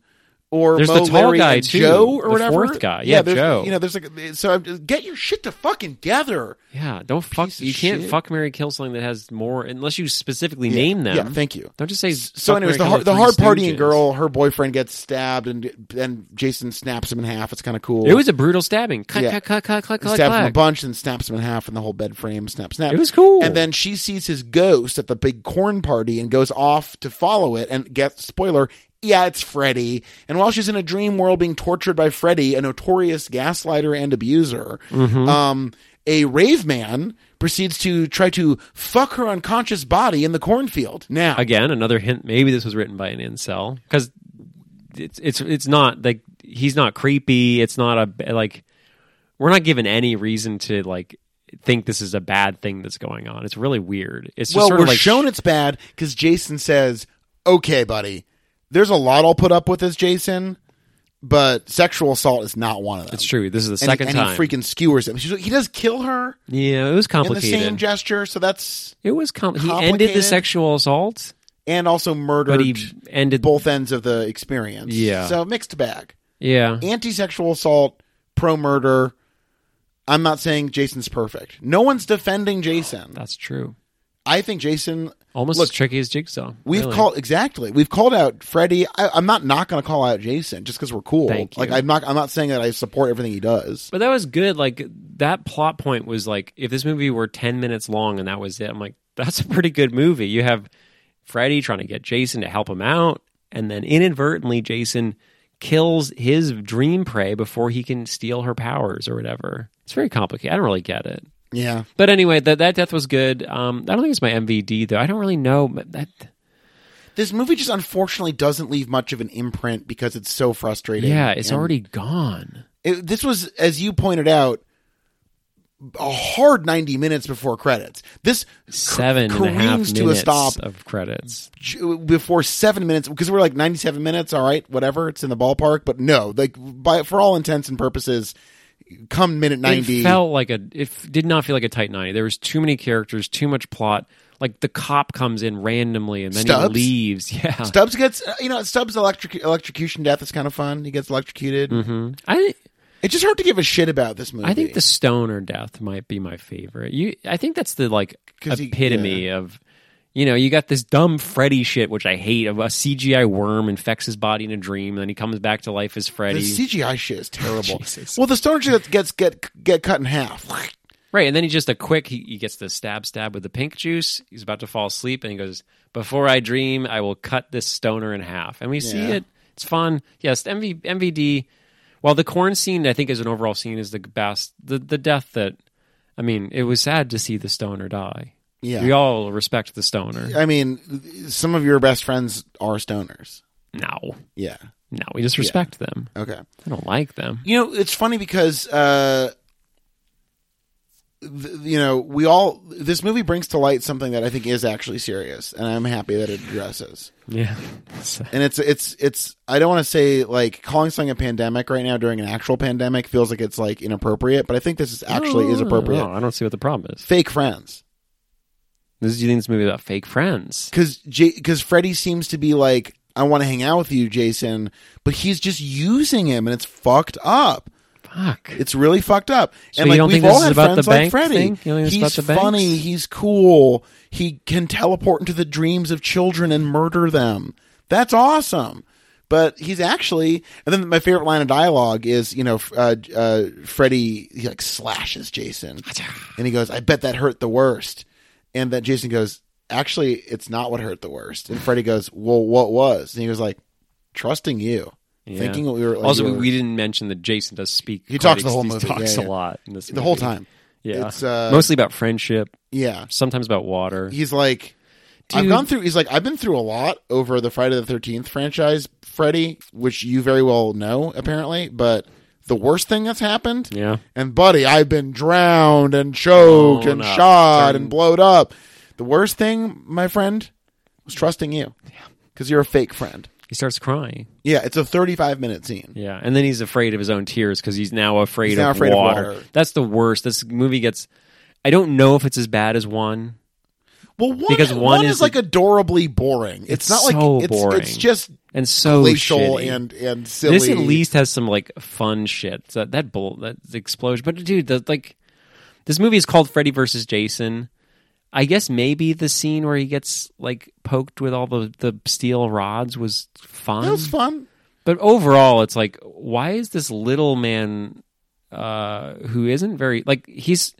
or
There's
Mo,
the tall
Larry,
guy,
and
too,
Joe, or
the
whatever?
fourth guy. Yeah,
there's,
Joe.
You know, there's like so. I'm just, get your shit to fucking gather.
Yeah, don't fuck.
Piece of
You can't
shit.
fuck, Mary, kill something that has more unless you specifically name them.
Yeah, thank you.
Don't just say.
So,
fuck,
anyways,
Mary,
the
Kill
hard, the
Three
hard partying
Stooges.
girl, her boyfriend gets stabbed, and then Jason snaps him in half. It's kind of cool.
It was a brutal stabbing. Cut,
Yeah.
cut, cut, cut, cut, cut,
stabs him a
cut.
bunch and snaps him in half and the whole bed frame snap snap
It was cool.
and then she sees his ghost at the big corn party and goes off to follow it and get spoiler yeah it's freddy and while she's in a dream world being tortured by freddy a notorious gaslighter and abuser
Mm-hmm.
um, a rave man proceeds to try to fuck her unconscious body in the cornfield now
Again, another hint. Maybe this was written by an incel because it's it's it's not like he's not creepy. It's not a like we're not given any reason to like think this is a bad thing that's going on. It's really weird. It's just
well
sort
we're
of like
shown it's bad because jason says okay buddy there's a lot i'll put up with as jason but sexual assault is not one of them.
It's true. This is the
And he-
second
and
time.
he freaking skewers him. She's- He does kill her
yeah, it was
in the
complicated.
same gesture, so that's
it was com- he ended the
complicated.
sexual assault,
and also murdered
but he ended
both ends of the experience.
Yeah.
so mixed bag.
Yeah,
Anti-sexual assault, pro murder. I'm not saying Jason's perfect. No one's defending Jason.
that's true.
I think Jason
Almost
Look,
as tricky as Jigsaw.
We've
really.
called exactly. We've called out Freddy. I, I'm not not going to call out Jason just because we're cool.
Thank you.
Like I'm not. I'm not saying that I support everything he does.
But that was good. Like that plot point was like if this movie were ten minutes long and that was it, I'm like, that's a pretty good movie. You have Freddy trying to get Jason to help him out, and then inadvertently Jason kills his dream prey before he can steal her powers or whatever. It's very complicated. I don't really get it.
Yeah.
But anyway, that that death was good. Um, I don't think it's my MVD though. I don't really know but that.
This movie just unfortunately doesn't leave much of an imprint because it's so frustrating.
Yeah, it's
And
already gone.
it- this was, as you pointed out, a hard 90 minutes before credits. This
Seven and a half
careens
minutes
to a stop.
of credits.
j- before seven minutes because we're like 97 minutes all right whatever it's in the ballpark but no like by for all intents and purposes come minute 90
It felt like a. It f- did not feel like a tight ninety. There was too many characters, too much plot. Like the cop comes in randomly and then
Stubbs?
he leaves. Yeah,
Stubbs gets, uh, you know, Stubbs' electric electrocution death is kind of fun. He gets electrocuted.
hmm I
It's just hard to give a shit about this movie.
I think the stoner death might be my favorite. You, I think that's the like
'Cause he-
epitome of. You know, you got this dumb Freddy shit, which I hate. Of a CGI worm infects his body in a dream, and then he comes back to life as
the
Freddy,
CGI shit is terrible.
Jesus.
well, the stoner death gets get get cut in half.
right? And then he just a quick. He, he gets the stab stab with the pink juice. He's about to fall asleep, and he goes, "Before I dream, I will cut this stoner in half." And we see
Yeah.
it. It's fun. Yes, MV, MVD. While the corn scene, I think, as an overall scene, is the best. The the death that, I mean, it was sad to see the stoner die.
Yeah.
we all respect the stoner.
I mean, some of your best friends are stoners.
No,
Yeah.
no, we just respect them.
Okay.
I don't like them.
You know, it's funny because, uh, th- you know, we all this movie brings to light something that I think is actually serious, and I'm happy that it addresses.
Yeah,
and it's it's it's i don't want to say like calling something a pandemic right now during an actual pandemic feels like it's like inappropriate but i think this is actually is
No,
appropriate
no, I don't see what the problem is.
fake friends
This is you think this movie about fake friends?
because because freddy seems to be like i want to hang out with you jason but he's just using him and it's fucked up
Fuck.
it's really fucked up
So
and
you
like
don't
we've
think
all
this is
had
about the
friends like
bank
freddy
thing? You don't think it's
he's
about the banks?
funny he's cool he can teleport into the dreams of children and murder them that's awesome but he's actually and then my favorite line of dialogue is you know f- uh, uh, freddy he like slashes jason and he goes i bet that hurt the worst and then jason goes actually it's not what hurt the worst and freddy goes well what was and he was like trusting you
Yeah.
thinking what we were like,
also,
you
we,
were-
we didn't mention that Jason does speak.
He
quite
talks the whole
he
movie,
talks
yeah, yeah.
a lot in this
the whole
movie.
time
Yeah,
It's, uh,
mostly about friendship,
yeah
sometimes about water.
he's like I've
Dude.
gone through he's like I've been through a lot over the Friday the 13th franchise Freddy which you very well know apparently but the worst thing that's happened
yeah,
and buddy I've been drowned and choked
Blown
and
up.
shot
Turn-
and blowed up the worst thing my friend was trusting you cuz you're a fake friend
he starts crying.
yeah it's a 35 minute scene
Yeah, and then he's afraid of his own tears because he's now afraid,
He's now
of,
afraid of
water.
water.
That's the worst. This movie gets. I don't know if it's as bad as one.
well one,
Because
one,
one
is,
is-
like adorably boring it's,
It's
not like
so
it's
boring.
it's just
And so
glacial
shitty.
and and silly
this at least has some like fun shit. So that bull, that explosion. But dude, the, like this movie is called Freddy versus Jason. I guess maybe the scene where he gets like poked with all the the steel rods was fun.
that was fun
But overall, it's like, why is this little man uh, who isn't very like he's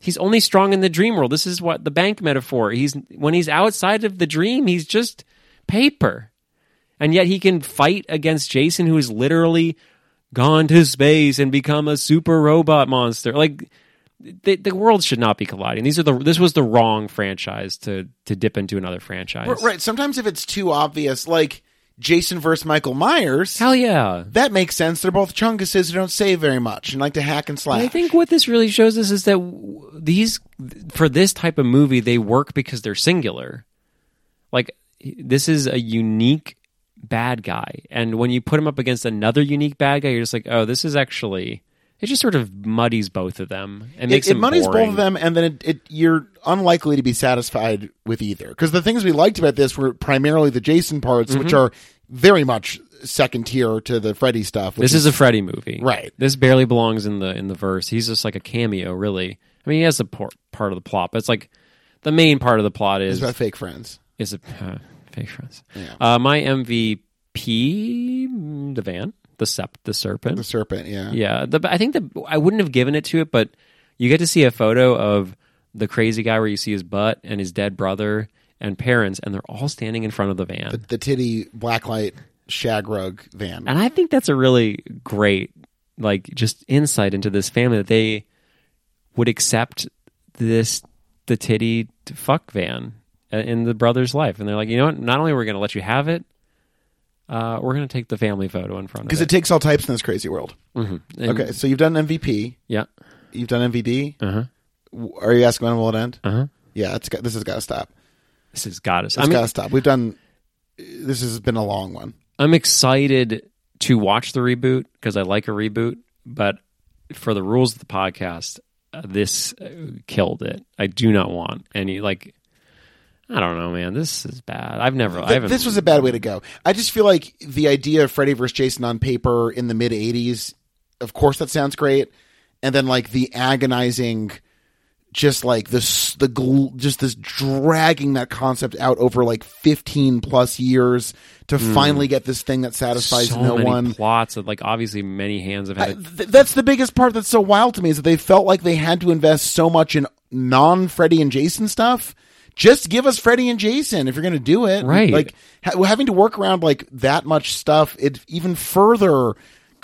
he's only strong in the dream world. This is what the bank metaphor. He's when he's outside of the dream, he's just paper, and yet he can fight against Jason, who is literally gone to space and become a super robot monster. Like the, the world should not be colliding. These are the this was the wrong franchise to to dip into another franchise.
Right, right. Sometimes if it's too obvious, like Jason versus Michael Myers,
Hell yeah.
that makes sense. They're both chunguses who don't say very much and like to hack and slash.
I think what this really shows us is that w- these, for this type of movie, they work because they're singular. Like, this is a unique bad guy. And when you put him up against another unique bad guy, you're just like, oh, this is actually. It just sort of muddies both of them. It makes
it, it
them
muddies
boring.
both of them, and then it, it you're unlikely to be satisfied with either. Because the things we liked about this were primarily the Jason parts,
Mm-hmm.
which are very much second tier to the Freddy stuff. Which
This is a Freddy movie,
Right.
This barely belongs in the in the verse. He's just like a cameo, really. I mean, he has a por- part of the plot, but it's like the main part of the plot
is
is
about fake friends.
is a uh, fake friends. Uh, my MVP, mm, the van, the sept, the serpent.
The serpent, yeah.
yeah, the, I think the I wouldn't have given it to it, but you get to see a photo of the crazy guy where you see his butt and his dead brother and parents, and they're all standing in front of the van.
The titty blacklight shag rug van.
And I think that's a really great, like, just insight into this family that they would accept this, the titty to fuck van uh, in the brother's life. And they're like, you know what? Not only are we going to let you have it, uh, we're going to take the family photo in front of
Because
it. Mm-hmm.
it takes all types in this crazy world.
And-
Okay, so you've done MVP,
Yeah.
you've done MVD.
Uh-huh.
W- Are you asking when will it end?
Uh huh.
Yeah, it's got, this has got to stop.
This has got
It's
us. I'm,
got to stop. We've done. This has been a long one.
I'm excited to watch the reboot because I like a reboot, but for the rules of the podcast, uh, this uh, killed it. I do not want any like. I don't know, man. This is bad. I've never. I haven't.
This was a bad way to go. I just feel like the idea of Freddy vs. Jason on paper in the mid 80s, of course, that sounds great. And then, like, the agonizing, just like this, the gl- just this dragging that concept out over like 15 plus years to finally get this thing that satisfies
Hmm. so
no
many
one.
plots that like obviously many hands have had. it.
Th- that's the biggest part that's so wild to me is that they felt like they had to invest so much in non Freddy and Jason stuff. Just give us Freddy and Jason if you're going to do it.
Right.
Like ha- having to work around like that much stuff, it even further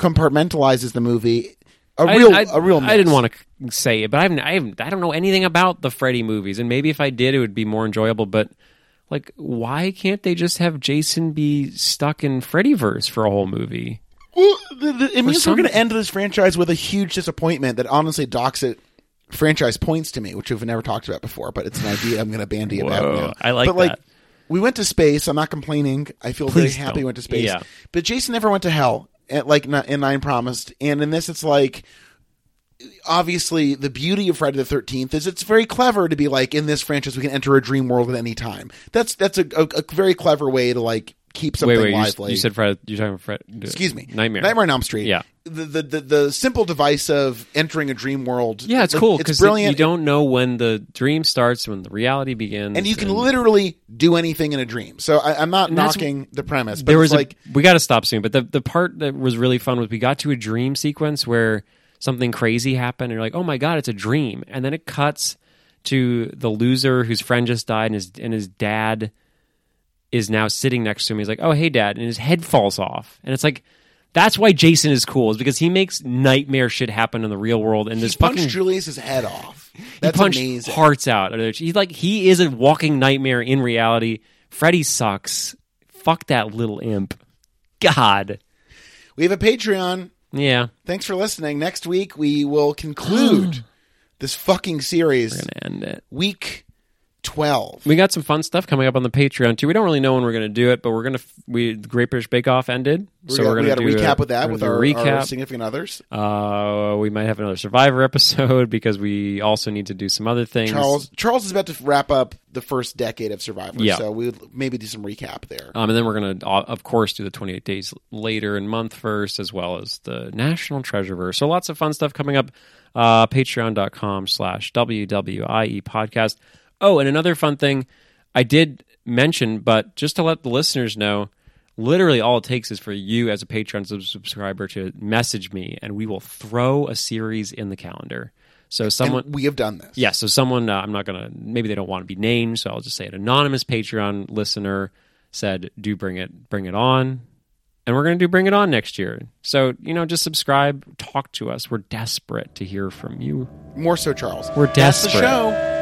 compartmentalizes the movie. A
I-
real,
I,
a real. Mess.
I didn't want to say it, but I've, I haven't. I don't know anything about the Freddy movies, and maybe if I did, it would be more enjoyable. But like, why can't they just have Jason be stuck in Freddyverse for a whole movie?
Well, th- th- it means we're
some-
going to end this franchise with a huge disappointment that honestly docks it franchise points to me, which we've never talked about before. But it's an idea I'm going to bandy about.
Whoa,
Now.
I like
but like
that.
we went to space. I'm not complaining. I feel
Please
very happy we
don't.
went to space.
Yeah.
But Jason never went to hell. At like n- in Nine Promised, and in this, it's like obviously the beauty of Friday the Thirteenth is it's very clever to be like in this franchise we can enter a dream world at any time. That's that's a, a, a very clever way to like keep something
Wait, wait. You,
lively
you said Fred. You're talking about Fred. uh,
excuse me
Nightmare.
nightmare on elm street
Yeah.
the the the, the simple device of entering a dream world
Yeah, it's
like,
cool
it's
because
brilliant
you don't know when the dream starts, when the reality begins,
and you can literally do anything in a dream so I, i'm not
that's-
knocking the premise but
there was
it's like
a, we got to stop soon. But the the part that was really fun was we got to a dream sequence where something crazy happened, and you're like, oh my god, it's a dream, and then it cuts to the loser whose friend just died, and his and his dad is now sitting next to him. He's like, oh hey dad, and his head falls off, and it's like. That's why Jason is cool, is because he makes nightmare shit happen in the real world, and this
punch
fucking
julius's head off that's
he punched
amazing
hearts out. He's like he is a walking nightmare in reality. Freddy sucks. Fuck that little imp. God.
we have a patreon
Yeah.
thanks for listening next week we will conclude this fucking series
End it.
week 12
uh, We got some fun stuff coming up on the Patreon too. We don't really know when we're going to do it, but we're going to we the Great British Bake Off ended, so
got-
we're going
we got
to do
recap
a,
with that
we're
with
gonna
our,
do a
our
recap.
significant others
Uh, we might have another Survivor episode because we also need to do some other things.
Charles Charles is about to wrap up the first decade of Survivor,
Yeah.
so we would maybe do some recap there.
Um, and then we're going to, of course, do the 28 days later and month first, as well as the National Treasureverse. So lots of fun stuff coming up. Uh, Patreon.com slash WWIE E podcast. Oh, and another fun thing I did mention, but just to let the listeners know, literally all it takes is for you as a Patreon sub- subscriber to message me, and we will throw a series in the calendar. So someone.
And we have done this.
Yeah, so someone uh, I'm not gonna maybe they don't want to be named, so I'll just say an anonymous Patreon listener said, "Do bring it, bring it on," and we're gonna do bring it on next year. So you know, just subscribe, talk to us. We're desperate to hear from you.
more so Charles.
We're
That's the
desperate.
show.